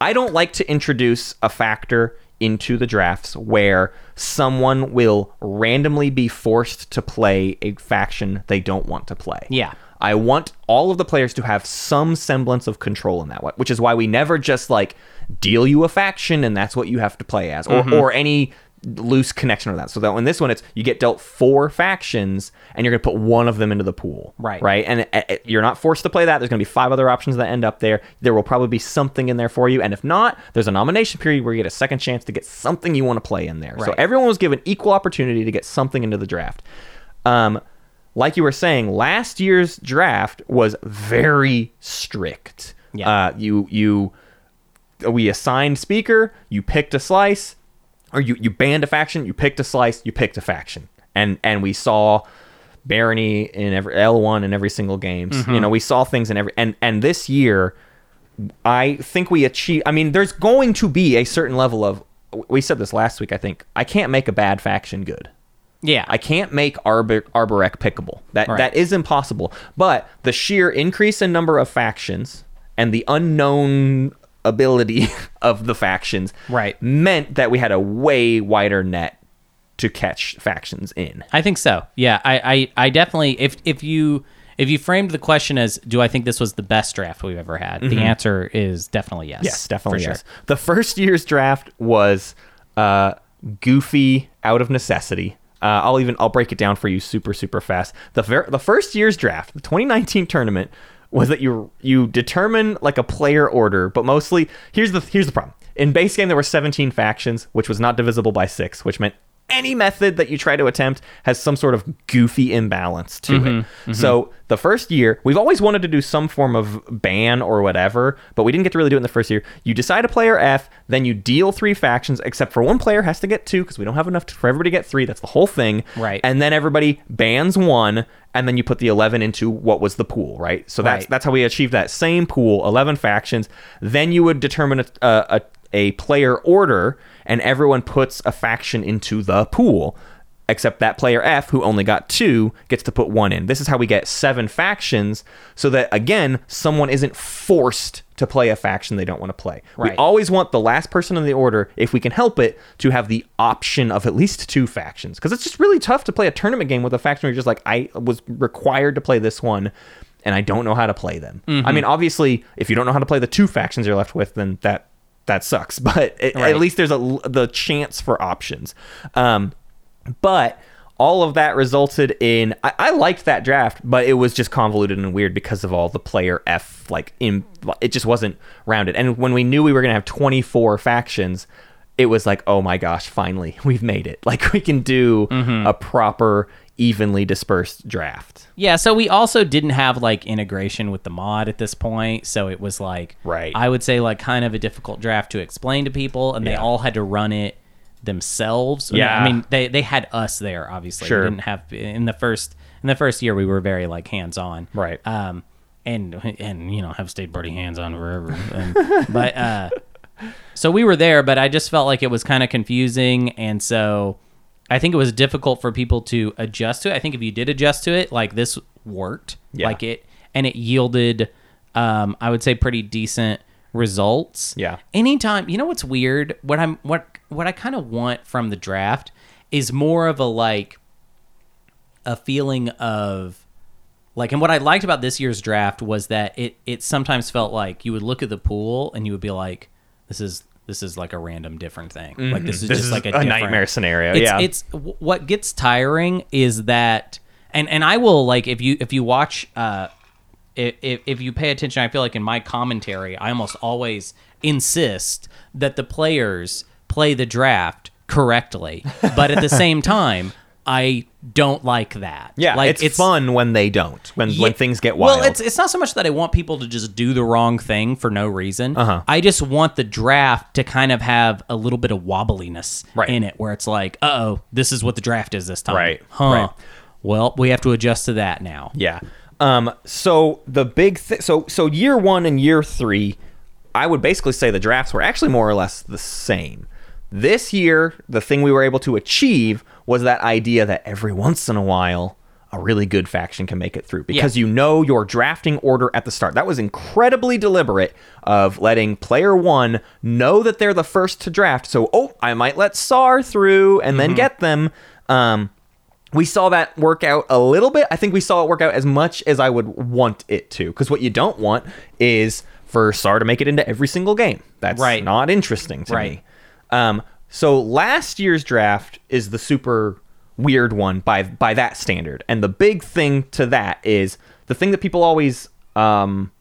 I don't like to introduce a factor into the drafts where someone will randomly be forced to play a faction they don't want to play.
Yeah.
I want all of the players to have some semblance of control in that way, which is why we never just like deal you a faction and that's what you have to play as or, or any loose connection to that. So that in this one it's you get dealt four factions and you're going to put one of them into the pool.
Right.
Right. And uh, uh, you're not forced to play that. There's going to be five other options that end up there. There will probably be something in there for you. And if not, there's a nomination period where you get a second chance to get something you want to play in there. So
Right.
everyone was given equal opportunity to get something into the draft. Um, like you were saying, last year's draft was very strict.
Yeah.
Uh, you you we assigned speaker, you picked a slice, or you, you banned a faction, you picked a slice, you picked a faction. And and we saw Barony in every L1 in every single games. You know, we saw things in every and and this year I think we achieve I mean, there's going to be a certain level of we said this last week, I think. I can't make a bad faction good.
Yeah.
I can't make Arbor Arborek pickable. That
Right.
that is impossible. But the sheer increase in number of factions and the unknown ability of the factions
Right.
meant that we had a way wider net to catch factions in.
I think so. Yeah, I, I, I definitely if if you if you framed the question as do I think this was the best draft we've ever had, the answer is definitely yes.
Mm-hmm. Yes, definitely.
for sure.
yes. The first year's draft was uh, goofy out of necessity. Uh, I'll even I'll break it down for you super super fast. The ver- the first year's draft, the 2019 tournament, was that you you determine like a player order, but mostly here's the here's the problem. In base game, there were 17 factions, which was not divisible by six, which meant any method that you try to attempt has some sort of goofy imbalance to
Mm-hmm,
it. So the first year, we've always wanted to do some form of ban or whatever, but we didn't get to really do it in the first year. You decide a player F, then you deal three factions, except for one player has to get two because we don't have enough to, for everybody to get three. That's the whole thing.
Right.
And then everybody bans one, and then you put the 11 into what was the pool, right? So that's,
Right.
that's how we achieved that same pool, 11 factions. Then you would determine a, a, a, a player order, and everyone puts a faction into the pool, except that player F, who only got two, gets to put one in. This is how we get seven factions, so that, again, someone isn't forced to play a faction they don't want to play. We
Right.
always want the last person in the order, if we can help it, to have the option of at least two factions. Because it's just really tough to play a tournament game with a faction where you're just like, I was required to play this one and I don't know how to play them. I mean, obviously, if you don't know how to play the two factions you're left with, then that that sucks. But a-
Right.
at least there's a l- the chance for options. Um, but all of that resulted in I, I liked that draft, but it was just convoluted and weird because of all the player F like in it just wasn't rounded. And when we knew we were gonna have 24 factions, it was like, oh my gosh, finally we've made it. Like we can do a proper, evenly dispersed draft.
Yeah, so we also didn't have like integration with the mod at this point, so it was like
Right.
I would say like kind of a difficult draft to explain to people, and they
Yeah.
all had to run it themselves.
Yeah.
I mean they they had us there obviously.
Sure.
We didn't have in the first in the first year we were very like hands on.
Right.
Um, and and you know have stayed pretty hands on forever, and, but uh, so we were there, but I just felt like it was kind of confusing, and so I think it was difficult for people to adjust to it. I think if you did adjust to it, like this worked,
Yeah.
like it, and it yielded, um, I would say, pretty decent results.
Yeah.
Anytime, you know what's weird? What I'm what what I kind of want from the draft is more of a like a feeling of like and what I liked about this year's draft was that it it sometimes felt like you would look at the pool and you would be like this is this is like a random different thing. Like this is
Mm-hmm. This
just
is
like a,
a
different-
nightmare scenario,
It's,
yeah.
it's w- what gets tiring is that and and I will like if you if you watch uh if, if, if you pay attention, I feel like in my commentary, I almost always insist that the players play the draft correctly. But at the same time, I don't like that.
Yeah,
like,
it's, fun when they don't, when when
yeah.
things get wild.
Well, it's it's not so much that I want people to just do the wrong thing for no reason. Uh-huh. I just want the draft to kind of have a little bit of wobbliness
Right.
in it, where it's like, uh oh, this is what the draft is this time.
Right,
Huh.
right.
Well, we have to adjust to that now.
yeah. Um, so the big thing, so so year one and year three, I would basically say the drafts were actually more or less the same. This year, the thing we were able to achieve was that idea that every once in a while, a really good faction can make it through because you know your drafting order at the start. That was incredibly deliberate of letting player one know that they're the first to draft. So, oh, I might let Sar through and then get them. Um, we saw that work out a little bit. I think we saw it work out as much as I would want it to. Because what you don't want is for SAR to make it into every single game. That's
Right.
not interesting to
Right.
me. Um, so last year's draft is the super weird one by by that standard. And the big thing to that is the thing that people always um,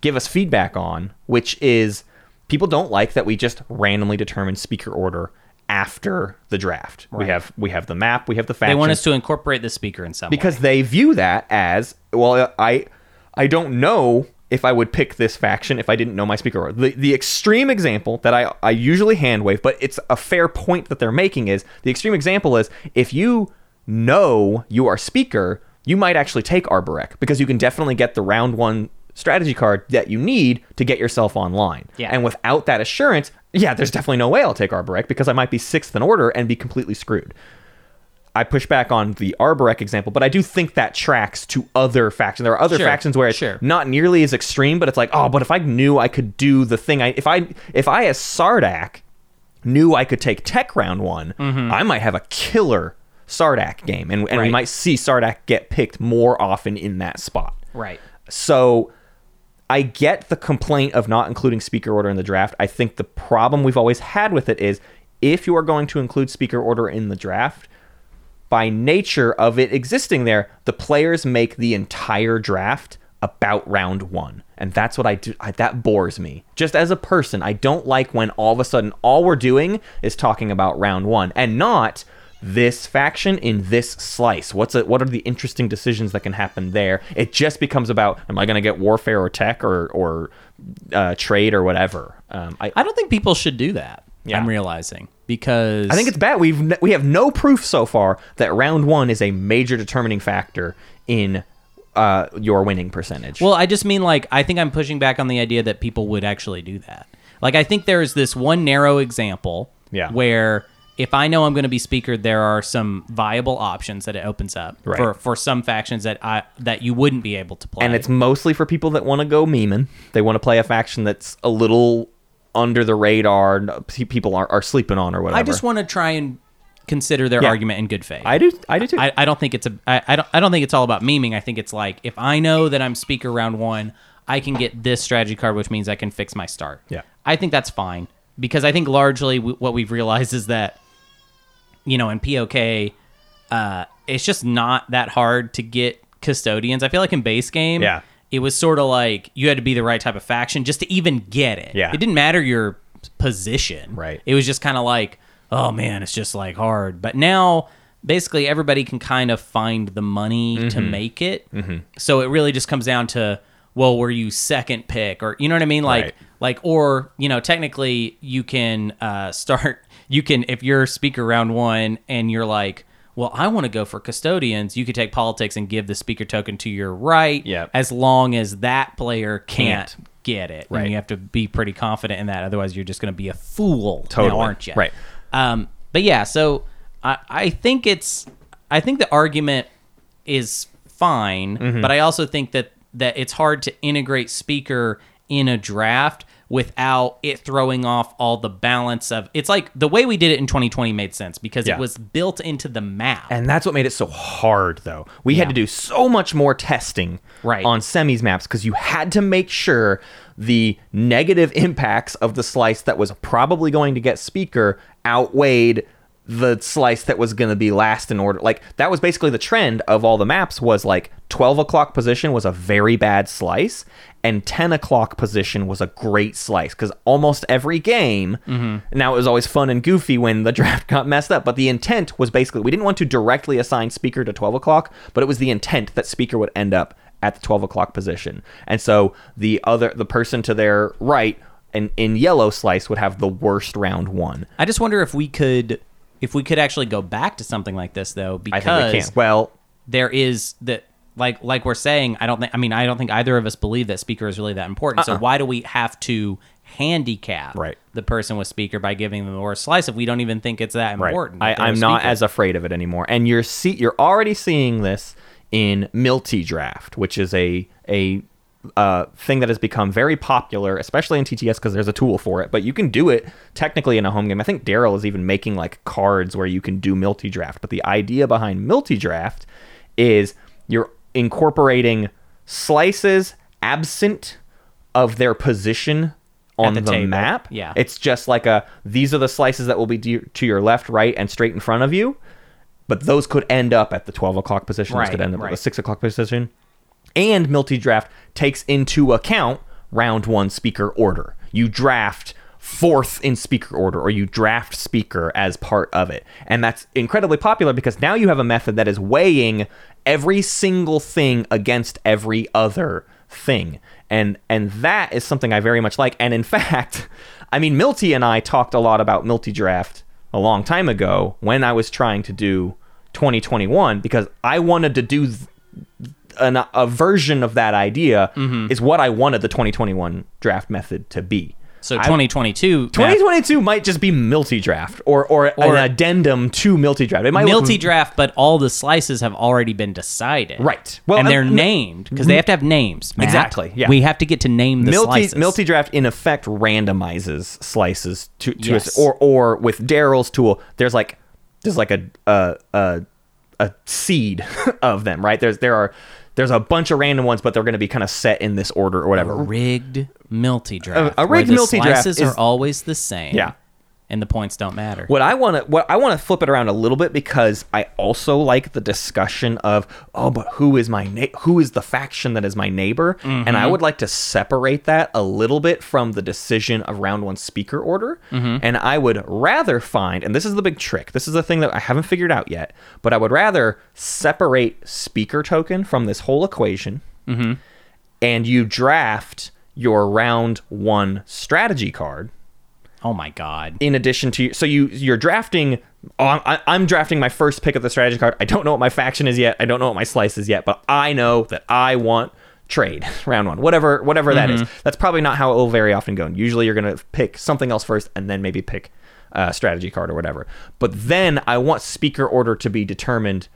give us feedback on, which is people don't like that we just randomly determine speaker order after the draft. We have we have the map, we have the factions
They want us to incorporate the speaker in some way.
because they view that as well i i don't know if i would pick this faction if i didn't know my speaker order. the, the extreme example that I, I usually hand wave but it's a fair point that they're making is the extreme example is if you know you are speaker you might actually take arborek because you can definitely get the round one strategy card that you need to get yourself online
Yeah.
and without that assurance yeah there's definitely no way i'll take arborek because i might be sixth in order and be completely screwed I push back on the Arborek example, but I do think that tracks to other factions. There are other
Sure,
factions where it's
sure.
not nearly as extreme, but it's like, oh, but if I knew I could do the thing, I if I if I as Sardak knew I could take Tech round one, I might have a killer Sardak game, and and we
Mm-hmm. Right.
might see Sardak get picked more often in that spot.
right.
So I get the complaint of not including speaker order in the draft. I think the problem we've always had with it is if you are going to include speaker order in the draft, by nature of it existing there, the players make the entire draft about round one. And that's what I do. I, that bores me. Just as a person, I don't like when all of a sudden all we're doing is talking about round one and not this faction in this slice. What's it? What are the interesting decisions that can happen there? It just becomes about am I going to get warfare or tech or or uh, trade or whatever. Um, I,
I don't think people should do that.
Yeah.
I'm realizing because
I think it's bad. We've n- we have no proof so far that round one is a major determining factor in uh, your winning percentage.
Well, I just mean like I think I'm pushing back on the idea that people would actually do that. Like I think there is this one narrow example
Yeah.
where if I know I'm going to be speaker, there are some viable options that it opens up
Right.
for for some factions that I that you wouldn't be able to play.
and it's mostly for people that want to go memeing. They want to play a faction that's a little under the radar. n- pe- People are, are sleeping on or whatever.
I just want to try and consider their
Yeah.
argument in good faith.
I do. I do too.
I, I don't think it's a I, I don't I don't think it's all about memeing. I think it's like if I know that I'm speaker round one, I can get this strategy card, which means I can fix my start.
Yeah.
I think that's fine because I think largely w- what we've realized is that you know in POK, uh, it's just not that hard to get custodians. I feel like in base game,
Yeah.
it was sort of like you had to be the right type of faction just to even get it.
Yeah.
it didn't matter your position.
Right.
It was just kind of like, oh man, it's just like hard. But now basically everybody can kind of find the money to
Mm-hmm.
make it. So it really just comes down to, well, were you second pick or you know what I mean? Like
Right.
like or, you know, technically you can uh start you can if you're speaker round one and you're like well, I want to go for custodians. You could take politics and give the speaker token to your right,
Yep.
as long as that player can't,
Can't.
get it.
Right.
And you have to be pretty confident in that. Otherwise, you're just going to be a fool, now,
Totally.
aren't you?
Right.
Um, but yeah, so I, I think it's, I think the argument is fine,
Mm-hmm.
but I also think that that it's hard to integrate speaker in a draft without it throwing off all the balance of it's like the way we did it in 2020 made sense because
Yeah.
it was built into the map.
and that's what made it so hard, though. We had
Yeah.
to do so much more testing
Right.
on semis maps because you had to make sure the negative impacts of the slice that was probably going to get speaker outweighed the slice that was going to be last in order like that was basically the trend of all the maps was like 12 o'clock position was a very bad slice and 10 o'clock position was a great slice because almost every game now it was always fun and goofy when the draft got messed up but the intent was basically we didn't want to directly assign speaker to 12 o'clock but it was the intent that speaker would end up at the 12 o'clock position and so the other the person to their right and in yellow slice would have the worst round one
I just wonder if we could if we could actually go back to something like this though
i
because
think we can't well
there is that like like we're saying, I don't think. I mean, I don't think either of us believe that speaker is really that important. So why do we have to handicap
Uh-uh. Right.
the person with speaker by giving them the worst slice if we don't even think it's that important?
I,
that they're a
I'm not
speaker?
as afraid of it anymore. And you're see, you're already seeing this in Milty Draft, which is a a uh, thing that has become very popular, especially in TTS because there's a tool for it. But you can do it technically in a home game. I think Daryl is even making like cards where you can do Milty Draft. But the idea behind Milty Draft is you're incorporating slices absent of their position on
the
the,
table.
map.
Yeah.
It's just like a these are the slices that will be to your- to your left, right, and straight in front of you. But those could end up at the twelve o'clock position. Those
Right,
could end up at the
right.
six o'clock position. And Milty Draft takes into account round one speaker order. You draft fourth in speaker order, or you draft speaker as part of it. And that's incredibly popular because now you have a method that is weighing every single thing against every other thing. And and that is something I very much like. And in fact, I mean Milty and I talked a lot about Milty Draft a long time ago when I was trying to do 2021 because I wanted to do th- an, a version of that idea
Mm-hmm.
is what I wanted the 2021 draft method to be.
So
I-
2022.
2022 might just be Milty Draft or or,
Or-
an addendum to Milty Draft. It might look-
Milty draft, but all the slices have already been decided.
Right. Well,
Well, and
I'm-
they're named because they have to have names. Matt.
Exactly, yeah.
We have to get to name the
Milty
slices.
Milty Draft in effect randomizes slices to to
Yes.
us, or or with Daryl's tool, there's like there's like a a a, a seed of them, right? There's there are there's a bunch of random ones, but they're going to be kind of set in this order or whatever.
rigged Milty draft.
a rigged
where the
Milty draft
slices
is-
are always the same.
Yeah.
and the points don't matter.
What I want to what I want to flip it around a little bit because I also like the discussion of oh, but who is my na- who is the faction that is my neighbor, and I would like to separate that a little bit from the decision of round one speaker order, and I would rather find and this is the big trick. This is the thing that I haven't figured out yet, but I would rather separate speaker token from this whole equation and you draft your round one strategy card
Oh my god.
in addition to so you you're drafting oh, I'm, I- I'm drafting my first pick of the strategy card i don't know what my faction is yet i don't know what my slice is yet but i know that i want trade round one whatever whatever that is that's probably not how it will very often go and usually you're going to pick something else first and then maybe pick a strategy card or whatever but then i want speaker order to be determined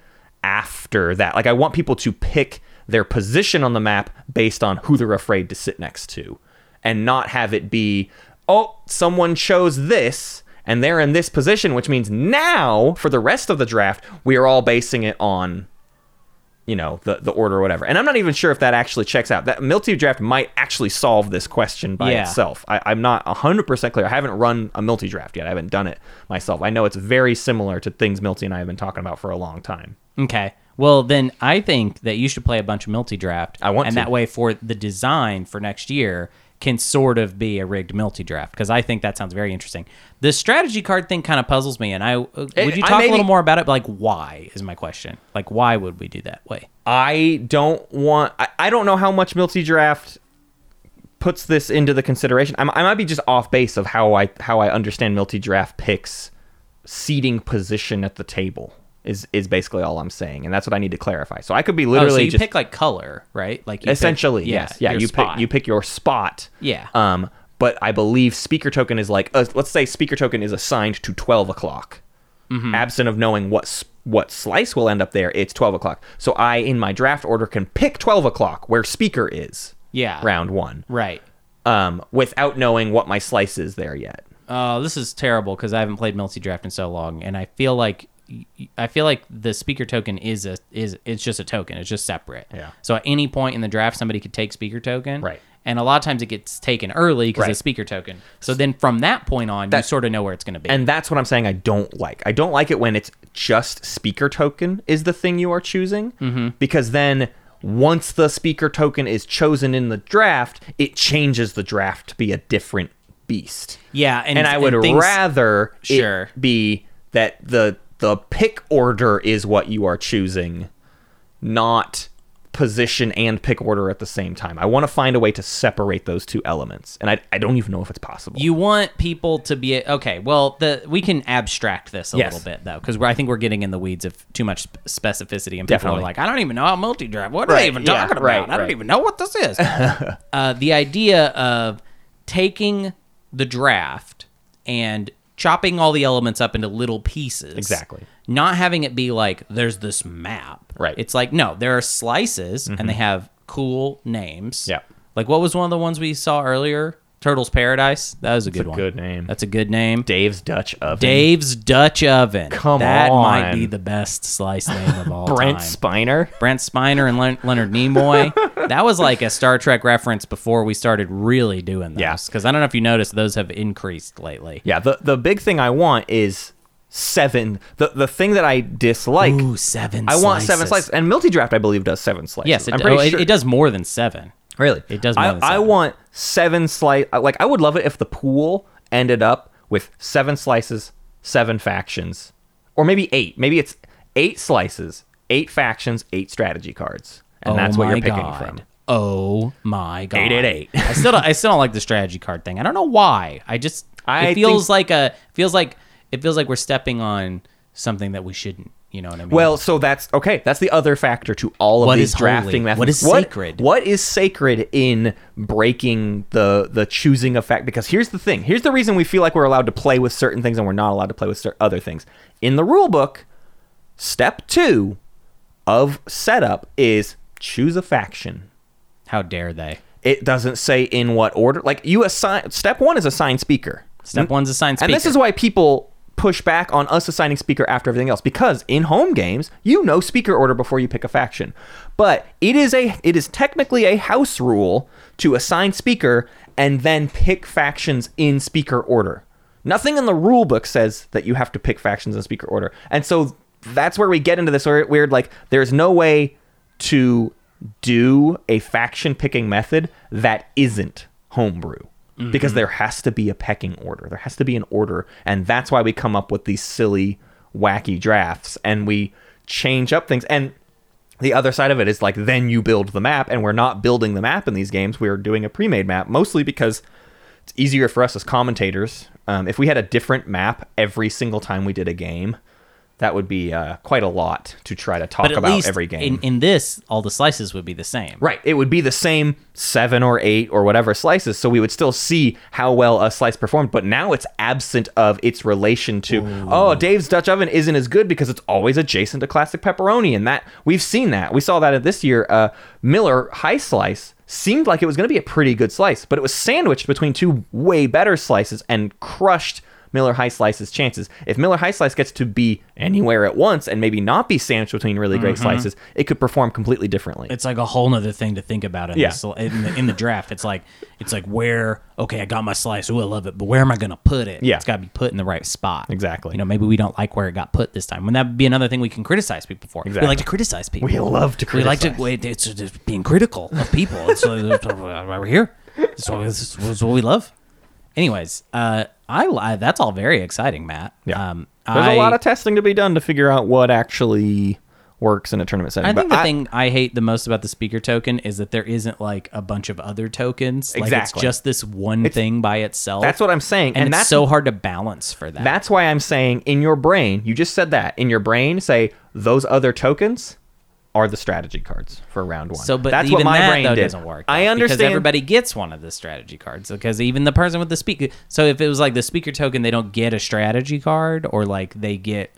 after that like i want people to pick their position on the map based on who they're afraid to sit next to and not have it be, oh, someone chose this and they're in this position, which means now for the rest of the draft, we are all basing it on, you know, the, the order or whatever. And I'm not even sure if that actually checks out. That Milty draft might actually solve this question by
Yeah.
itself. I, I'm not 100% clear. I haven't run a Milty draft yet, I haven't done it myself. I know it's very similar to things Milty and I have been talking about for a long time.
Okay. Well, then I think that you should play a bunch of multi draft.
I want
and
to.
that way for the design for next year can sort of be a rigged multi draft because I think that sounds very interesting. The strategy card thing kind of puzzles me, and I uh, would you
I
talk
maybe-
a little more about it? Like, why is my question? Like, why would we do that way?
I don't want. I, I don't know how much Milty Draft puts this into the consideration. I'm, I might be just off base of how I how I understand Milty Draft picks seating position at the table is is basically all I'm saying, and that's what I need to clarify. So I could be
Oh,
literally
so you
just
pick like color, right? Like you pick-
essentially
yeah,
yes, yeah.
your
You
spot.
pick you pick your spot.
Yeah.
Um, but I believe speaker token is like uh, let's say speaker token is assigned to twelve o'clock.
Mm-hmm.
Absent of knowing what s- what slice will end up there, it's twelve o'clock. So I in my draft order can pick twelve o'clock where speaker is.
Yeah.
Round one.
right.
Um, without knowing what my slice is there yet.
Oh, this is terrible because I haven't played multi draft in so long, and I feel like I feel like the speaker token is a is it's just a token. It's just separate.
Yeah.
So at any point in the draft, somebody could take speaker token.
Right.
And a lot of times it gets taken early because
Right.
it's speaker token. So then from that point on, you
That-
sort of know where it's going to be.
And that's what I'm saying I don't like. I don't like it when it's just speaker token is the thing you are choosing
Mm-hmm.
because then once the speaker token is chosen in the draft, it changes the draft to be a different beast.
yeah, and,
And, I would
things-
rather it
Sure.
be that the the pick order is what you are choosing, not position and pick order at the same time. I want to find a way to separate those two elements, and I, I don't even know if it's possible.
You want people to be okay. Well, the we can abstract this a
Yes.
little bit though, because I think we're getting in the weeds of too much sp- specificity, and people
Definitely.
are like, "I don't even know how multi drive. What are
Right,
they even
yeah,
talking about?
right,
I don't
right.
even know what this is." uh, the idea of taking the draft and chopping all the elements up into little pieces,
Exactly.
Not having it be like there's this map,
Right. Mm-hmm.
It's like no, there are slices, and they have cool names,
Yeah.
like what was one of the ones we saw earlier? Turtles Paradise. That was a good
a
one.
good name.
That's a good name.
Dave's Dutch oven.
Dave's Dutch Oven.
Come
that
on.
might be the best slice name of all
Brent
time.
Spiner.
Brent Spiner and Len- Leonard Nimoy. that was like a Star Trek reference before we started really doing those.
Yeah.
Because I don't know if you noticed, those have increased lately.
Yeah, the the big thing I want is seven. The the thing that I dislike.
Ooh, seven.
I want seven
slices.
slices, and Multi Draft I believe does seven slices.
Yes, it,
I'm
d-
pretty
oh, it-
sure.
it does more than seven.
Really,
It does more
I,
than
I
seven.
want seven slice. uh, Like I would love it if the pool ended up with seven slices, seven factions, or maybe eight. Maybe it's eight slices, eight factions, eight strategy cards, and
Oh
that's what you're
my
picking
God.
from.
Oh my god!
888.
I still don't, I still don't like the strategy card thing. I don't know why. I just
I
it feels
think-
like a feels like it feels like we're stepping on something that we shouldn't. You know what I mean?
Well, so that's okay. That's the other factor to all of
What
these
is holy?
drafting methods.
What is sacred?
What is sacred in breaking the the choosing of fact? Because here's the thing. Here's the reason we feel like we're allowed to play with certain things and we're not allowed to play with cer- other things. In the rule book, step two of setup is choose a faction.
how dare they?
It doesn't say in what order. Like you assign. Step one is assign speaker.
Step one's assigned speaker.
And this is why people push back on us assigning speaker after everything else because in home games you know speaker order before you pick a faction. But it is a it is technically a house rule to assign speaker and then pick factions in speaker order. Nothing in the rule book says that you have to pick factions in speaker order. And so that's where we get into this weird, weird like there's no way to do a faction picking method that isn't homebrew
Mm-hmm.
because there has to be a pecking order. There has to be an order, and that's why we come up with these silly, wacky drafts and we change up things. And the other side of it is like then you build the map, and we're not building the map in these games. We're doing a pre-made map mostly because it's easier for us as commentators. Um, if we had a different map every single time we did a game, that would be uh, quite a lot to try to talk
but at
about
least
every game.
In, in this, all the slices would be the same.
Right. It would be the same seven or eight or whatever slices. So we would still see how well a slice performed. But now it's absent of its relation to, oh, Dave's Dutch oven isn't as good because it's always adjacent to classic pepperoni. And that we've seen that. We saw that at this year. Uh, Miller High Slice seemed like it was going to be a pretty good slice, but it was sandwiched between two way better slices and crushed Miller High Slice's chances. If Miller High Slice gets to be anywhere at once and maybe not be sandwiched between really great slices, it could perform completely differently.
It's like a whole nother thing to think about in,
Yeah.
the, in, the, in the draft. It's like it's like where okay, I got my slice. Ooh, I love it, but where am I gonna put it?
Yeah.
it's got to be put in the right spot.
Exactly.
You know, maybe we don't like where it got put this time. And that would be another thing we can criticize people for. We
Exactly.
like to criticize people.
We love to
We like to.
criticize.
wait, It's, it's being critical of people. It's, uh, it's, right we're here. It's what, it's, it's what we love. Anyways, uh, I, I that's all very exciting, Matt.
Yeah.
Um,
There's a
I-
lot of testing to be done to figure out what actually works in a tournament setting.
I think
but
the thing I hate the most about the speaker token is that there isn't like a bunch of other tokens. Like it's
Exactly.
just this one thing by itself.
That's what I'm saying,
And,
and
it's
that's-
so hard to balance for that.
That's why I'm saying in your brain, you just said that. In your brain, say those other tokens are the strategy cards for round one.
so, but
that's
even
what my
that
brain
though
did.
doesn't work.
I
though,
understand.
because everybody gets one of the strategy cards. Because even the person with the speaker. So if it was like the speaker token, they don't get a strategy card, or like they get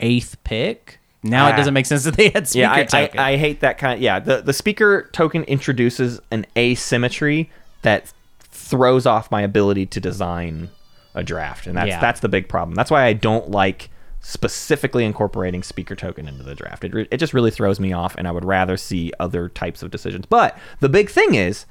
eighth pick. Now
Ah.
it doesn't make sense that they had speaker
yeah, I, I,
token.
I hate that kind. yeah, the the speaker token introduces an asymmetry that throws off my ability to design a draft, and that's
Yeah.
that's the big problem. That's why I don't like specifically incorporating speaker token into the draft. It re- it just really throws me off, and I would rather see other types of decisions. But the big thing is,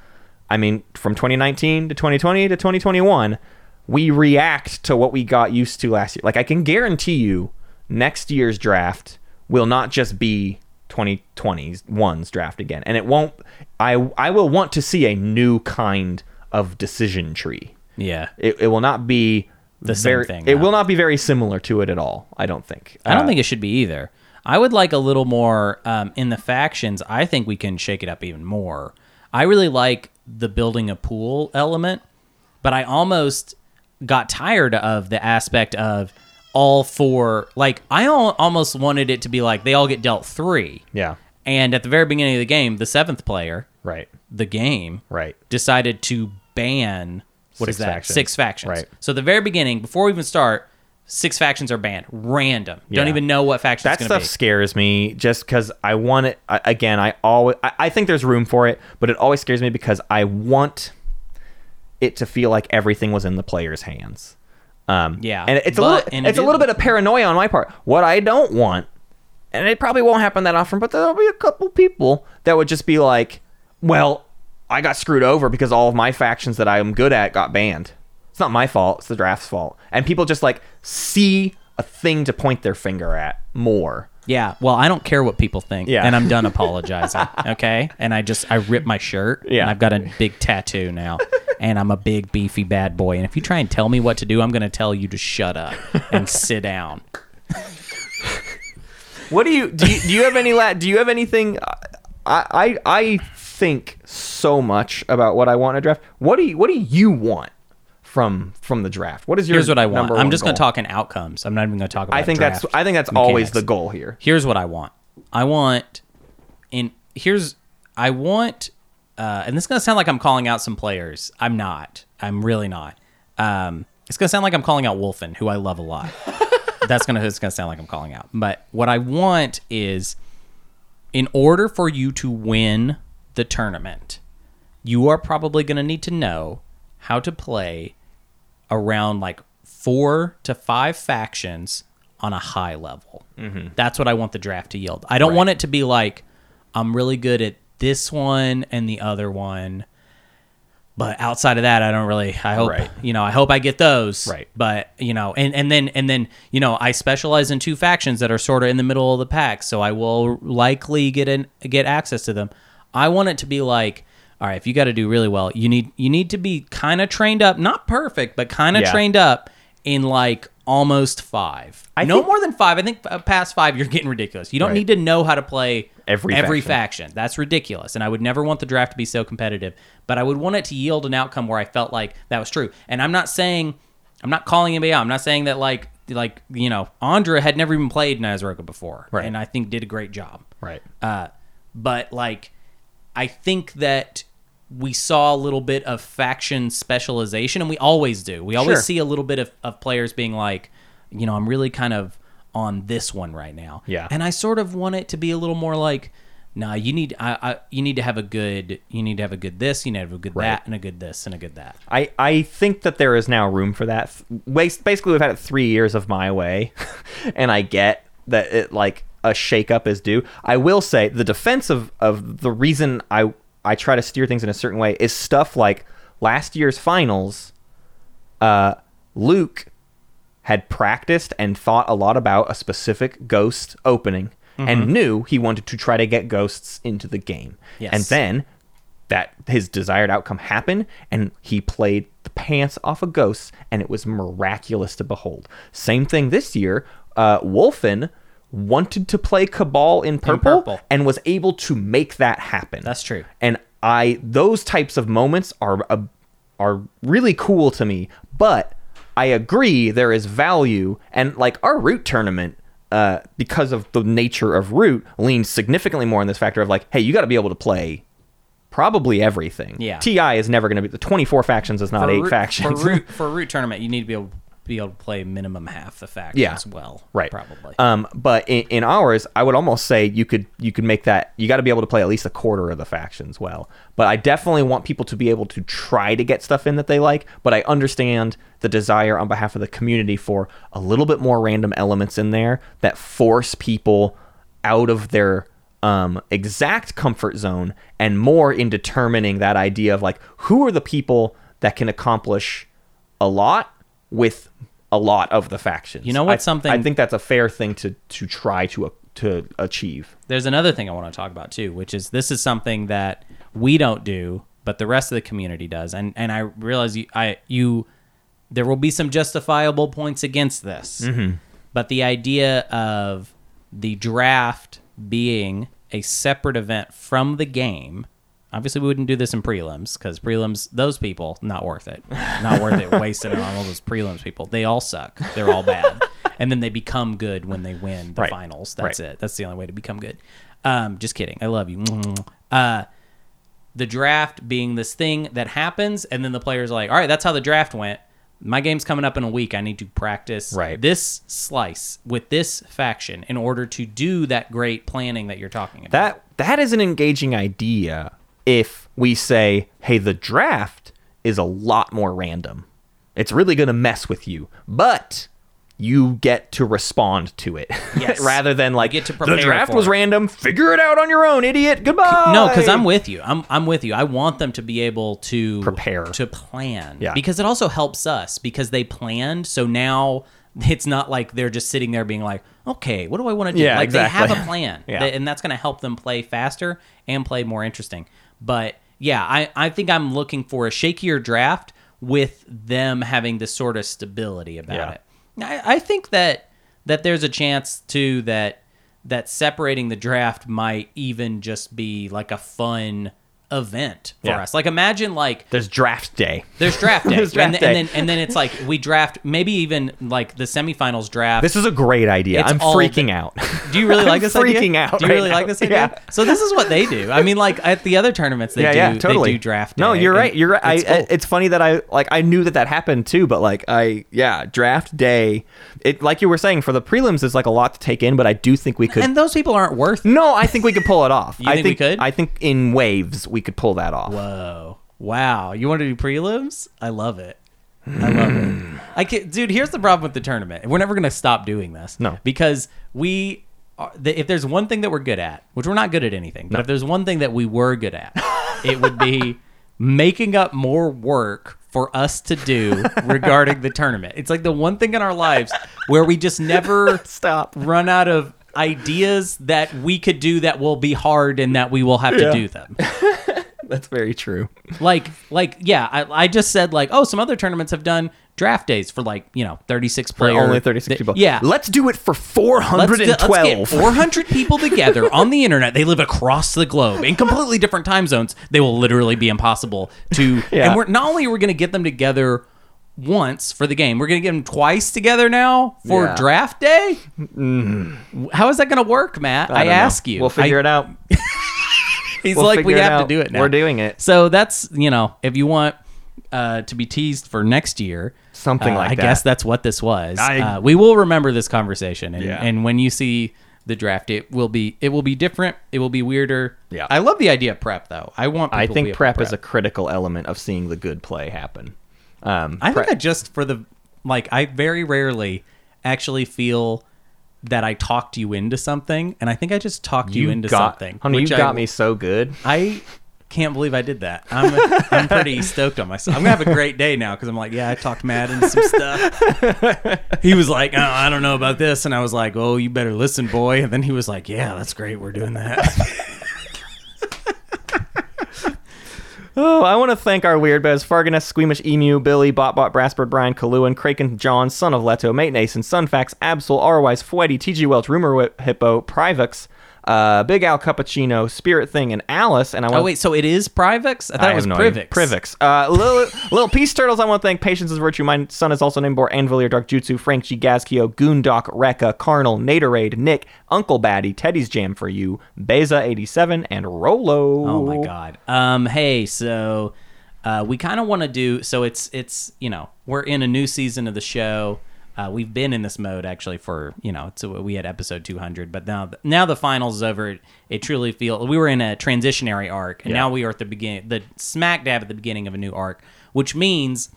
I mean, from 2019 to 2020 to 2021, we react to what we got used to last year. Like I can guarantee you, next year's draft will not just be 2020's one's draft again and it won't i i will want to see a new kind of decision tree
yeah.
it, it will not be the
same
very,
thing,
it
no.
will not be very similar to it at all i don't think
I don't
Uh,
think it should be either. I would like a little more um, in the factions. I think we can shake it up even more. I really like the building a pool element, but I almost got tired of the aspect of all four. Like I al- almost wanted it to be like they all get dealt three,
Yeah.
and at the very beginning of the game, the seventh player,
Right.
the game,
Right.
decided to ban what is
Six
that?
factions.
Six factions.
Right.
So the very beginning, before we even start, six factions are banned. Random. Don't
Yeah.
even know what faction
That
it's
stuff
going to
scares me just because I want it. I, again, I always I, I think there's room for it, but it always scares me because I want it to feel like everything was in the player's hands. Um,
Yeah,
and it's
but-
a little
and
it's
it
a little
is.
bit of paranoia on my part. What I don't want, and it probably won't happen that often, but there'll be a couple people that would just be like, "Well, I got screwed over because all of my factions that I am good at got banned. It's not my fault. It's the draft's fault." And people just like see a thing to point their finger at more.
be. Yeah. Well, I don't care what people think.
Yeah.
And I'm done apologizing. okay. And I just, I rip my shirt.
Yeah.
And I've got a big tattoo now. and I'm a big, beefy bad boy. And if you try and tell me what to do, I'm going to tell you to shut up and sit down.
What do you do? You, do you have any la- Do you have anything? I, I I think so much about what I want in a draft. What do you What do you want from from the draft? What is your
Here's what I want.
number
I'm
one
just going to
goal?
talk in outcomes. I'm not even going to talk about
I think that's
draft
I think that's always
mechanics.
the goal here.
here's what I want. I want, and here's I want, uh, and this is gonna sound like I'm calling out some players. I'm not. I'm really not. Um, it's gonna sound like I'm calling out Wolfen, who I love a lot. that's gonna it's gonna sound like I'm calling out. But what I want is, in order for you to win the tournament, you are probably gonna need to know how to play around like four to five factions on a high level. That's what I want the draft to yield. I don't want it to be like, I'm really good at this one and the other one. But outside of that, I don't really. I hope
Right.
you know. I hope I get those.
Right.
But you know, and and then and then you know, I specialize in two factions that are sort of in the middle of the pack, so I will likely get in get access to them. I want it to be like, all right, if you got to do really well, you need you need to be kind of trained up, not perfect, but kind of
Yeah.
trained up in like almost five.
I
no
think-
more than five. I think uh, past five, you're getting ridiculous. You don't
Right.
need to know how to play
Every faction.
faction. That's ridiculous. And I would never want the draft to be so competitive, but I would want it to yield an outcome where I felt like that was true. And I'm not saying, I'm not calling anybody out. I'm not saying that like, like you know, Andra had never even played Nazroka before,
Right.
and I think did a great job.
Right.
Uh, but like, I think that we saw a little bit of faction specialization, and we always do. We always
Sure.
see a little bit of, of players being like, you know, I'm really kind of on this one right now.
Yeah.
And I sort of want it to be a little more like, nah, you need I, I you need to have a good you need to have a good this, you need to have a good that, and a good this, and a good that.
I, I think that there is now room for that. Bas- Basically, we've had it three years of my way, and I get that it like a shakeup is due. I will say the defense of, of the reason I I try to steer things in a certain way is stuff like last year's finals. Uh, Luke had practiced and thought a lot about a specific ghost opening
Mm-hmm.
and knew he wanted to try to get ghosts into the game.
Yes.
And then that his desired outcome happened and he played the pants off of ghosts and it was miraculous to behold. Same thing this year, uh Wolfen wanted to play Cabal in purple,
purple.
and was able to make that happen.
That's true.
And I those types of moments are uh, are really cool to me, but I agree there is value and like our root tournament uh, because of the nature of root leans significantly more on this factor of like, hey, you got to be able to play probably everything.
Yeah.
Ti is never going to be the twenty four factions is not
For
eight
root-
factions.
For root for a root tournament, you need to be able be able to play minimum half the factions
Yeah.
well.
right
Probably.
um but in, in ours i would almost say you could you could make that you got to be able to play at least a quarter of the factions well but i definitely want people to be able to try to get stuff in that they like but i understand the desire on behalf of the community for a little bit more random elements in there that force people out of their um, exact comfort zone and more in determining that idea of like who are the people that can accomplish a lot with a lot of the factions
You know what,
I-
something-
I think that's a fair thing to to try to uh, to achieve.
there's another thing I want to talk about too, which is this is something that we don't do, but the rest of the community does. And and I realize you, I you,
Mm-hmm.
there will be some justifiable points against this, but the idea of the draft being a separate event from the game. Obviously, we wouldn't do this in prelims because prelims, those people, not worth it. Not worth it wasting it on all those prelims people. They all suck. They're all bad. and then they become good when they win the
Right.
finals. That's
Right.
it. That's the only way to become good. Um, just kidding. I love you. Uh, the draft being this thing that happens, and then the players are like, all right, that's how the draft went. My game's coming up in a week. I need to practice
Right.
this slice with this faction in order to do that great planning that you're talking about.
That that is an engaging idea if we say, "Hey, the draft is a lot more random. It's really going to mess with you." But you get to respond to it
Yes.
rather than like
get to
the
prepare
draft
for
was
it."
random figure it out on your own idiot goodbye
No, because I'm with you. I'm I'm with you. I want them to be able to
Prepare.
to plan.
Yeah.
Because it also helps us because they planned. So now it's not like they're just sitting there being like, okay, what do I want to do?
Yeah,
like
exactly.
they have a plan,
Yeah.
They- and that's going to help them play faster and play more interesting. But yeah, I I think I'm looking for a shakier draft with them having this sort of stability about
Yeah.
it. I, I think that that there's a chance too that that separating the draft might even just be like a fun event for
Yeah.
us. Like imagine like
there's draft day
there's draft day,
There's
and,
draft
th-
day.
and then and then it's like we draft maybe even like the semifinals draft.
This is a great idea.
It's
I'm
all
freaking
the-
out.
do you really
I'm
like this
freaking
idea?
out
Do you
right
really
now.
like this idea?
Yeah.
So this is what they do. I mean, like at the other tournaments, they
yeah,
do
yeah, totally.
they do draft.
No,
day,
you're
and
right. You're right. I,
it's
I-
cool.
it's funny that I like I knew that that happened too, but like I yeah, draft day. It like you were saying for the prelims is like a lot to take in, but I do think we could.
and those people aren't worth.
no, I think we could pull it off. I
think we could?
I think in waves we could pull that off.
Whoa. Wow. You want to do prelims? I love it. I love
Hmm.
it. I can, dude, here's the problem with the tournament. We're never going to stop doing this.
No.
Because we are, the, if there's one thing that we're good at, which we're not good at anything, but if there's one thing that we were good at, it would be making up more work for us to do regarding the tournament. It's like the one thing in our lives where we just never
Stop.
run out of ideas that we could do that will be hard and that we will have
Yeah.
to do them
That's very true.
like like yeah I, I just said like oh some other tournaments have done draft days for like you know 36 players
Only 36 people.
yeah
Let's do it for
Let's do- let's
412.
get 400 people together on the internet. They live across the globe in completely different time zones. They will literally be impossible to.
Yeah.
And we're not only are we going to get them together once for the game, we're going to get them twice together now for
Yeah. Mm-hmm.
draft day. How is that going to work, Matt? I,
don't know.
ask you.
We'll figure
I-
it out.
He's
We'll
like, we
figure it out.
have to do it now.
We're doing it.
So that's you know, if you want uh, to be teased for next year,
Something
uh,
like
I
that.
guess that's what this was.
I-
uh, we will remember this conversation, and,
Yeah.
and when you see the draft, it will be it will be different. It will be weirder.
Yeah.
I love the idea of prep though. I want.
I
people to be
think
able to
prep, is a critical element of seeing the good play happen. Um,
I think I just for the like I very rarely actually feel that I talked you into something, and I think I just talked you, into
got,
something.
Honey, you
which I-
got me so good.
I can't believe I did that. I'm, I'm pretty stoked on myself. I'm gonna have a great day now because I'm like, yeah, I talked Matt into some stuff. he was like, oh, I don't know about this, and I was like, oh, you better listen, boy. And then he was like, yeah, that's great. We're doing that.
Oh, I want to thank our weird beds Farganes, Squeamish Emu, Billy, Botbot, Brassbird, Brian, Kaluan, Kraken, John, Son of Leto, Mate Nason, Sunfax, Absol, Arwise, Fweddy, TG Welch, Rumor Whip, Hippo, Privex, uh, Big Al Cappuccino, Spirit Thing, and Alice. And I want
oh wait, so it is Privix? I thought
I
it was
have no idea. Privix.
Privix.
Uh, little, little Peace Turtles, I want to thank Patience is Virtue. My son is also named Bor Anvilier, Dark Jutsu, Frank G. Gazkio, Goondock, Rekka, Carnal, Naderade, Nick, Uncle Batty, Teddy's Jam for You, Beza87, and Rolo.
Oh my god. Um. Hey, so uh, we kind of want to do so. It's it's you know we're in a new season of the show. Uh, we've been in this mode actually for you know it's we had episode 200, but now now the finals is over. It, it truly feels we were in a transitionary arc, and now we are at the beginning, the smack dab at the beginning of a new arc, which means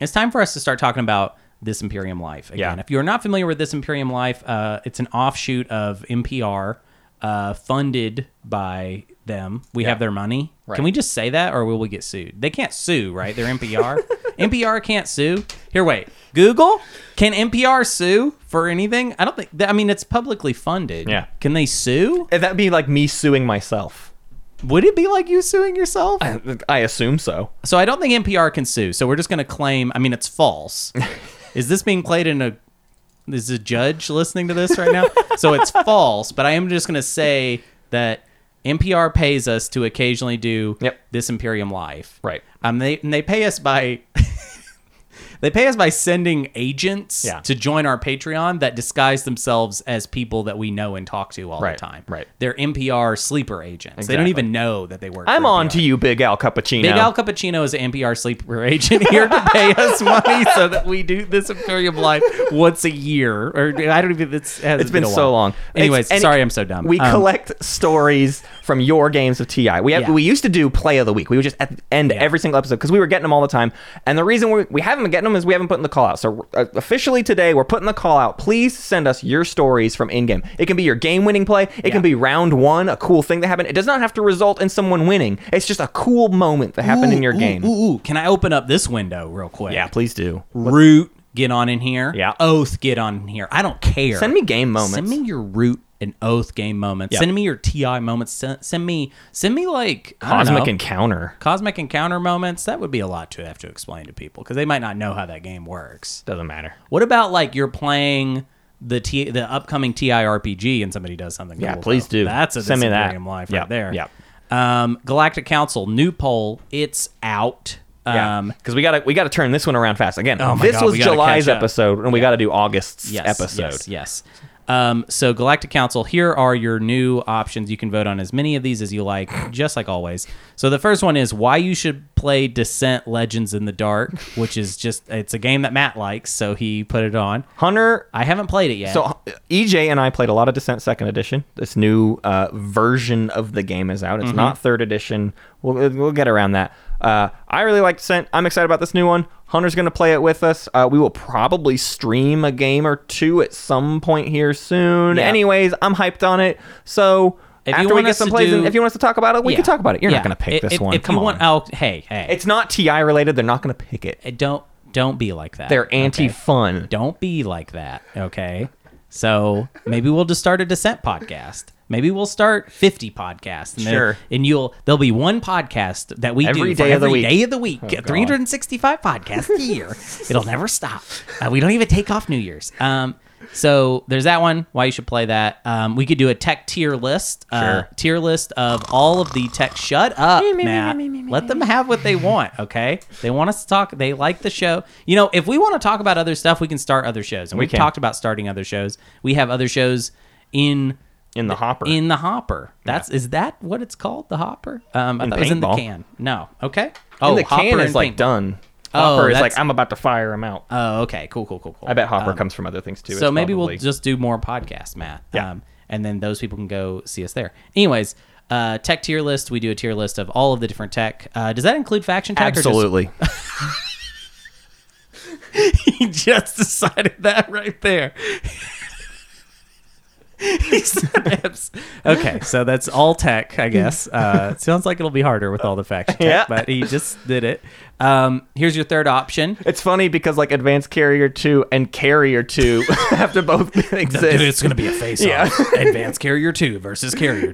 it's time for us to start talking about this Imperium Life again.
Yeah.
If you're not familiar with this Imperium Life, uh, it's an offshoot of NPR, uh, funded by them. We have their money. Can we just say that, or will we get sued? They can't sue, right? They're NPR. NPR can't sue. Here, wait. Google, can NPR sue for anything? I don't think. I mean, it's publicly funded.
Yeah.
Can they sue?
That'd be like me suing myself.
Would it be like you suing yourself?
I assume so.
So I don't think NPR can sue. So we're just going to claim. I mean, it's false. Is this being played in a is a judge listening to this right now, so it's false. But I am just going to say that NPR pays us to occasionally do
Yep.
this Imperium Live.
Right.
Um. They and they pay us by. They pay us by sending agents
Yeah.
to join our Patreon that disguise themselves as people that we know and talk to all
Right,
the time.
right.
They're NPR sleeper agents. They don't
Exactly.
even know that they work.
I'm
for
on
NPR.
to you, Big Al Cappuccino.
Big Al Cappuccino is an NPR sleeper agent here to pay us money so that we do this Imperium Live once a year. Or I don't even. It's, it
it's been so long.
Anyways,
It's- and
sorry I'm so dumb.
We
Um,
collect stories from your games of TI. We have,
Yeah.
we used to do play of the week. We would just at the end every single episode because we were getting them all the time. And the reason we, we haven't been getting them is we haven't put in the call out. So uh, officially today, we're putting the call out. Please send us your stories from in game. It can be your game winning play. It
Yeah.
can be round one, a cool thing that happened. It does not have to result in someone winning. It's just a cool moment that happened in
ooh,
your
ooh,
game.
Ooh, ooh, can I open up this window real quick?
Yeah, please do.
Root, get on in here.
Yeah.
Oath, get on in here. I don't care.
Send me game moments.
Send me your root and oath game moments.
Yeah.
Send me your TI moments. Send, send me send me like I don't
cosmic
know,
encounter.
cosmic encounter moments. That would be a lot to have to explain to people because they might not know how that game works.
Doesn't matter.
What about like you're playing the T- the upcoming TIRPG and somebody does something?
Yeah,
cool,
please
though?
do.
That's a
Send me that.
Disintegrium live
Yep,
right there.
yep.
Um, Galactic Council new poll. It's out. Um,
yeah, because we gotta we gotta turn this one around fast again.
Oh my
this
God,
was
we gotta
July's
catch up.
episode, and we gotta do August's
yes,
episode.
Yes. yes. Um, so Galactic Council, here are your new options. You can vote on as many of these as you like, just like always. So the first one is why you should play Descent Legends in the Dark, which is just it's a game that Matt likes, so he put it on.
Hunter.
I haven't played it yet.
So uh, EJ and I played a lot of Descent Second Edition. This new uh, version of the game is out. It's
Mm-hmm.
not Third Edition. We'll we'll get around that. Uh, I really like Descent. I'm excited about this new one. Hunter's gonna play it with us. Uh, we will probably stream a game or two at some point here soon.
Yeah.
Anyways, I'm hyped on it. So.
If you
After we
want
get
us
some
to
plays, in
do-
if you want us to talk about it, we
Yeah.
can talk about it. You're
Yeah.
not going to pick
If-
this
if-
one.
If
Come
you
on.
want, I'll, hey, hey,
It's not TI related. They're not going to pick it.
Uh, don't don't be like that.
They're anti fun.
Don't be like that. Okay. So maybe we'll just start a descent podcast. Maybe we'll start fifty podcasts. And they'll-
Sure.
And you'll there'll be one podcast that we
Every
do for
day of the
every
week. Oh,
day of the week. Three hundred and sixty five podcasts a year. It'll never stop. Uh, we don't even take off New Year's. Um. So there's that one. Why you should play that. Um, we could do a tech tier list. Uh,
Sure.
Tier list of all of the tech. Shut up,
me, me,
Matt.
me, me, me,
Let them have what they want, okay? They want us to talk. They like the show. You know, if we want to talk about other stuff, we can start other shows. And we have
can.
talked about starting other shows. We have other shows in
In the hopper.
in the hopper. That's is that what it's called? The hopper? Um, I
In
thought it was in the
paintball.
can. No. Okay. Oh,
In the
hopper
can is
and
like
paintball.
done.
Oh,
Hopper is
that's-
like I'm about to fire him out.
Oh, okay. Cool. Cool. Cool. Cool.
I bet Hopper comes from other things too.
So
It's
maybe we'll
probably-
just do more podcasts, Matt. Um,
Yeah.
and then those people can go see us there. Anyways, uh, tech tier list. We do a tier list of all of the different tech. Uh, does that include faction tech?
absolutely.
Or just, he just decided that right there. He said abs- okay, so that's all tech, I guess. Uh, it sounds like it'll be harder with all the faction tech,
Yeah.
but he just did it. Um, here's your third option.
it's funny because like Advanced Carrier Two and Carrier Two have to both
Dude,
exist.
it's going to be a face off. Advanced Carrier 2 versus Carrier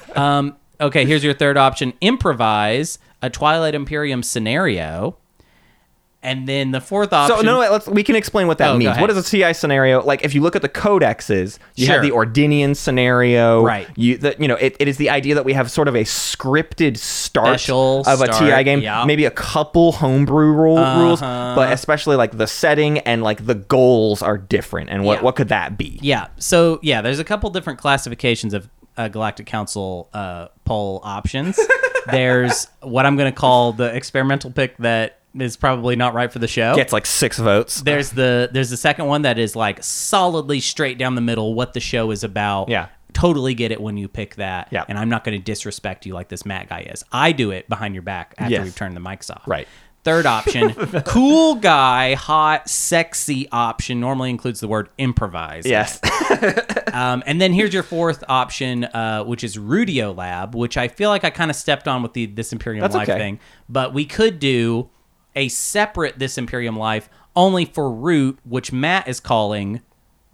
2. um, okay, here's your third option improvise a Twilight Imperium scenario. And then the fourth option.
So no, wait, let's we can explain what
Oh,
that
go
means.
ahead.
What is a CI scenario? Like if you look at the codexes, you
Sure.
have the Ordinian scenario,
Right.
You that you know it, it is the idea that we have sort of a scripted start
Special
of a
start,
TI game,
yeah.
maybe a couple homebrew rule, rules,
Uh-huh.
but especially like the setting and like the goals are different. And what
Yeah.
what could that be?
Yeah. So yeah, there's a couple different classifications of uh, Galactic Council uh, poll options. there's what I'm going to call the experimental pick that is probably not right for the show.
Gets like six votes.
there's the there's the second one that is like solidly straight down the middle what the show is about
Yeah.
totally get it when you pick that
Yeah.
and i'm not going to disrespect you like this matt guy is i do it behind your back after
Yes.
we've turned the mics off
Right.
third option cool guy hot sexy option normally includes the word improvise
yes.
um, and then here's your fourth option, uh, which is Rudio Lab, which I feel like I kind of stepped on with the This Imperium
That's
Life
okay.
thing, but we could do a separate This Imperium Life only for Root, which Matt is calling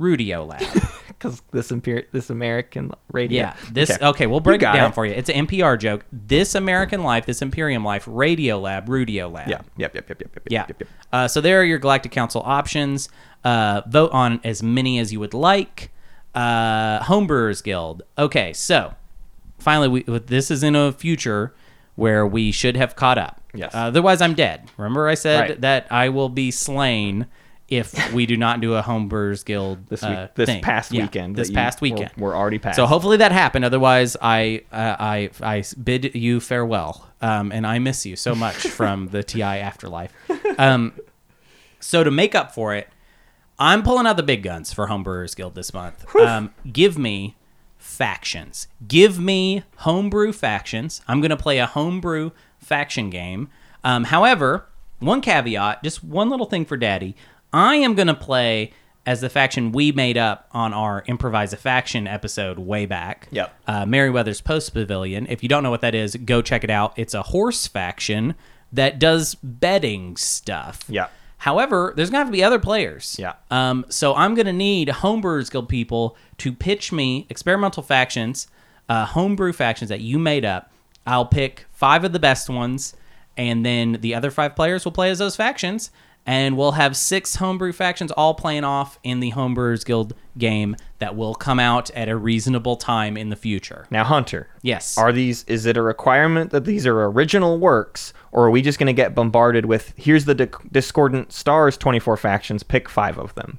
Rudio Lab.
because this Imper- this American radio.
Yeah. This okay. we'll
You
break it
got
down for you. It's an NPR joke. This American Life, this Imperium Life, Radio Lab, Rudio Lab.
Yeah. Yep. Yep. Yep. Yep. Yep.
Yeah.
Yep. yep.
Uh, so there are your Galactic Council options. Uh, vote on as many as you would like. Uh, Homebrewers Guild. Okay, so finally, we this is in a future where we should have caught up.
Yes.
Uh, otherwise, I'm dead. Remember, I said
Right.
that I will be slain if we do not do a Homebrewers Guild
This
uh,
week, this
thing.
past
Yeah,
weekend. that
This
you-
past
we're-
weekend.
We're, already past.
So hopefully that happened. Otherwise, I uh, I I bid you farewell, um, and I miss you so much from the Ti afterlife. Um, so to make up for it, I'm pulling out the big guns for Homebrewers Guild this month. Um, give me factions. Give me homebrew factions. I'm going to play a homebrew faction game. Um, however, one caveat, just one little thing for Daddy. I am going to play as the faction we made up on our improvise a faction episode way back.
Yep.
Uh, Merriweather's Post Pavilion. If you don't know what that is, go check it out. It's a horse faction that does betting stuff.
Yeah.
However, there's gonna have to be other players.
Yeah.
Um, so I'm gonna need homebrewers guild people to pitch me experimental factions, uh, homebrew factions that you made up. I'll pick five of the best ones, and then the other five players will play as those factions, and we'll have six homebrew factions all playing off in the homebrewers guild game that will come out at a reasonable time in the future.
now, Hunter.
Yes.
Are these? Is it a requirement that these are original works, or are we just going to get bombarded with? Here's the dic- discordant stars. Twenty four factions. Pick five of them.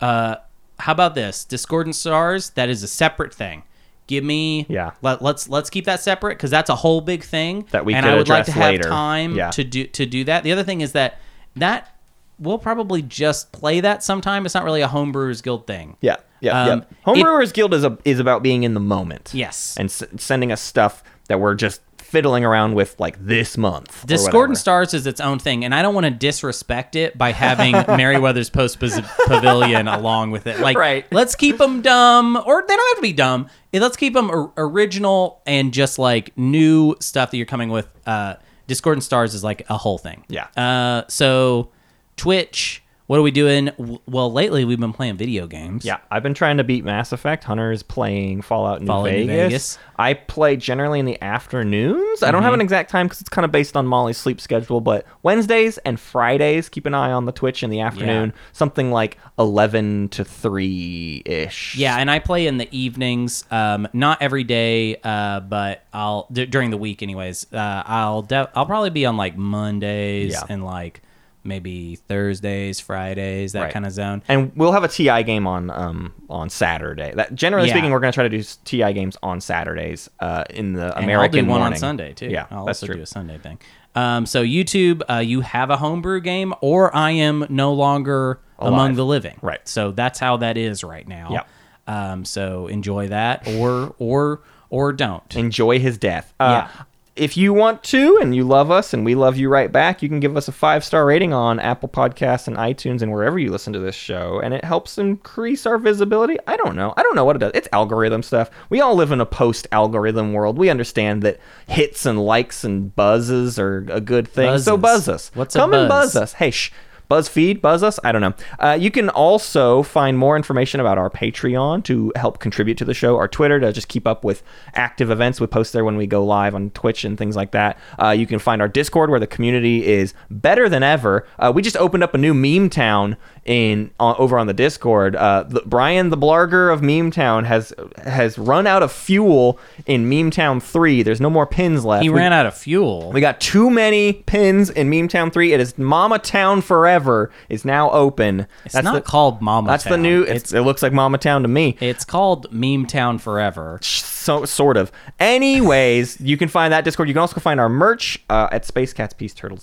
Uh, how about this discordant stars that is a separate thing give me
Yeah.
let, let's let's keep that separate because that's a whole big thing
That we
and
could
i would like to
address
have
later.
time
Yeah.
to do to do that the other thing is that that we'll probably just play that sometime it's not really a homebrewers guild thing
Yeah, yeah,
Um,
yeah.
it-
Homebrewers Guild is a, is about being in the moment.
Yes.
and s- sending us stuff that we're just fiddling around with, like this month. or
Discordant
whatever.
Stars is its own thing, and I don't want to disrespect it by having Merriweather's Post Paz- Pavilion along with it. Like,
Right.
let's keep them dumb, or they don't have to be dumb. Eh, Let's keep them original and just like new stuff that you're coming with. Uh, Discordant Stars is like a whole thing.
Yeah.
Uh, so, Twitch, what are we doing? W- Well, lately we've been playing video games.
Yeah, I've been trying to beat Mass Effect. Hunter is playing Fallout New,
Fallout New
Vegas.
Vegas. Mm-hmm.
I play generally in the afternoons. I don't have an exact time because it's kind of based on Molly's sleep schedule, but Wednesdays and Fridays, keep an eye on the Twitch in the afternoon. Something like 11 to 3 ish.
Yeah, and I play in the evenings. Um, not every day, uh, but I'll d- during the week, anyways. Uh, I'll de- I'll probably be on like Mondays
Yeah.
and like maybe Thursdays, Fridays, that
Right.
kind of zone.
And we'll have a TI game on um on Saturday. That generally
Yeah.
speaking, we're gonna try to do s- TI games on Saturdays uh, in the
And
American
I'll do one
morning.
on Sunday too.
Yeah,
I'll
that's
also
true.
do a Sunday thing. Um, so YouTube, uh, you have a homebrew game, or I am no longer among
Alive.
the living.
Right.
So that's how that is right now.
Yep.
Um, so enjoy that, or or or don't.
enjoy his death. Uh,
Yeah.
If you want to and you love us and we love you right back, you can give us a five star rating on Apple Podcasts and iTunes and wherever you listen to this show. And it helps increase our visibility. I don't know. I don't know what it does. It's algorithm stuff. We all live in a post algorithm world. We understand that hits and likes and buzzes are a good thing. So
Buzzes.
buzz us.
What's a
Come and
buzz?
buzz us us. Hey, shh. BuzzFeed, buzz us. I don't know. Uh, you can also find more information about our Patreon to help contribute to the show, our Twitter to just keep up with active events. We post there when we go live on Twitch and things like that. Uh, you can find our Discord where the community is better than ever. Uh, we just opened up a new meme town in on over on the Discord. Uh, the, Brian the Blarger of Meme Town has has run out of fuel in Meme Town Three. There's no more pins left.
He
We-
ran out of fuel.
we got too many pins in Meme Town 3. It is Mama Town Forever is now open.
It's not called Mama
That's the
Town.
new it's, it looks like Mama Town to me.
It's called Meme Town Forever.
So sort of. Anyways, you can find that Discord. You can also find our merch uh, at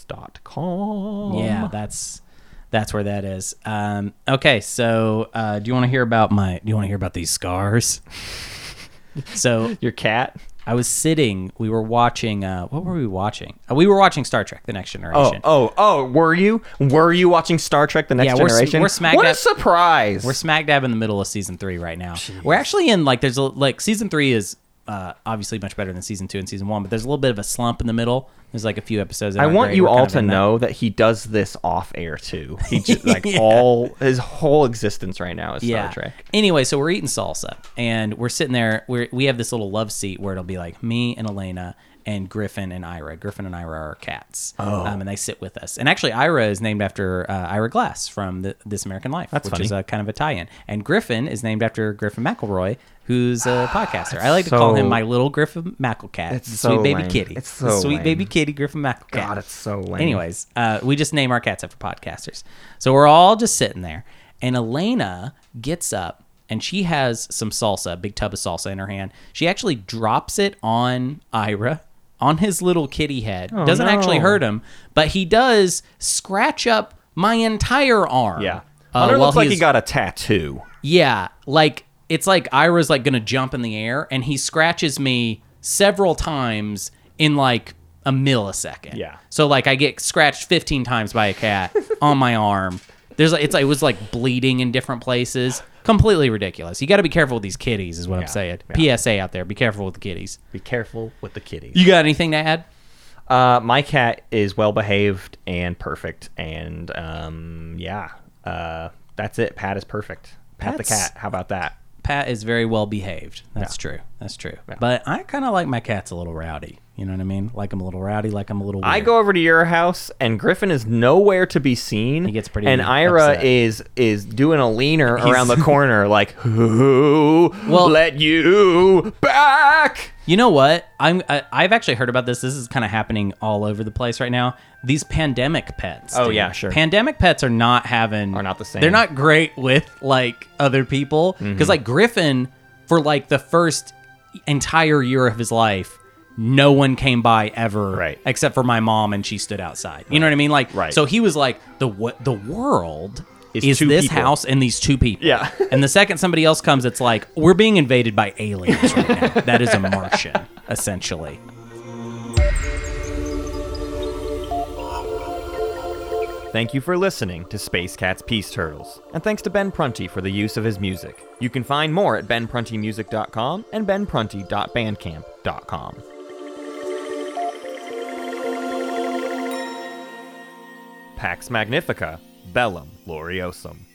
spacecatspeaceturtles.com.
yeah, that's that's where that is. Um, okay, so uh, do you want to hear about my? Do you want to hear about these scars? so
Your cat?
I was sitting. We were watching. Uh, what were we watching? Uh, we were watching Star Trek: The Next
Oh,
Generation.
oh, oh, were you? Were you watching Star Trek The Next
Yeah, we're s-
Generation?
we're smack
what a
dab-
surprise.
We're smack dab in the middle of season three right now. We're actually in like there's a, like season three is uh, obviously much better than season two and season one, but there's a little bit of a slump in the middle. There's like a few episodes. that
I
aren't
want
great.
you
We're kind
all
of
to
in that.
know that he does this off air too. He just, like all his whole existence right now is
yeah.
Star Trek.
Anyway, so we're eating salsa and we're sitting there. We're, we have this little love seat where it'll be like me and Elena and Griffin and Ira. Griffin and Ira are cats. Oh. Um, and they sit with us. And actually, Ira is named after uh, Ira Glass from the, This American Life, which
funny.
is a kind of a tie in. And Griffin is named after Griffin McElroy, who's a podcaster. I like to call him
Ah, so-
my little Griffin McElcat.
It's
the
so
sweet baby
lame.
kitty.
It's
The
so
sweet
lame.
baby kitty, Griffin McElcat.
God, it's so lame.
Anyways, uh, we just name our cats after podcasters. So we're all just sitting there, and Elena gets up and she has some salsa, a big tub of salsa in her hand. She actually drops it on Ira, on his little kitty head. Doesn't actually
Oh, no.
hurt him, but he does scratch up my entire arm.
Yeah.
Uh,
Hunter
while
looks like he
is-
got a tattoo.
yeah, like it's like Ira's like gonna jump in the air, and he scratches me several times in like a millisecond.
Yeah.
So like I get scratched 15 times by a cat on my arm. There's like it's like, it was like bleeding in different places. Completely ridiculous. You got to be careful with these kitties, is what I'm saying. PSA out there: be careful with the kitties.
Be careful with the kitty.
You got anything to add?
Uh, my cat is well behaved and perfect, and um, yeah, uh, that's it. Pat is perfect. Pat the
Pat's-
cat. How about that?
Pat is very well behaved. That's true. That's true. But I kind of like my cats a little rowdy. You know what I mean? Like I'm a little rowdy. Like I'm a little. Weird.
I go over to your house, and Griffin is nowhere to be seen. He
gets pretty
And Ira
upset.
is is doing a leaner around the corner, like who
Well-
let you back?
You know what? I'm I, I've actually heard about this. This is kind of happening all over the place right now. These pandemic pets.
Oh,
dude.
yeah, sure.
Pandemic pets are not having
Are not the same. Mm-hmm.
They're not great with like other people because like Griffin for like the first entire year of his life, no one came by ever,
Right.
Except for my mom, and she stood outside. You know what I mean? Like,
Right.
So he was like the what the world.
Is
Is,
two
this
people.
house and these two people?
Yeah.
And the second somebody else comes, it's like, we're being invaded by aliens right now. That is a Martian, essentially.
Thank you for listening to Space Cat's Peace Turtles, and thanks to Ben Prunty for the use of his music. You can find more at benpruntymusic.com and benprunty.bandcamp.com. Pax Magnifica, Bellum Gloriosum.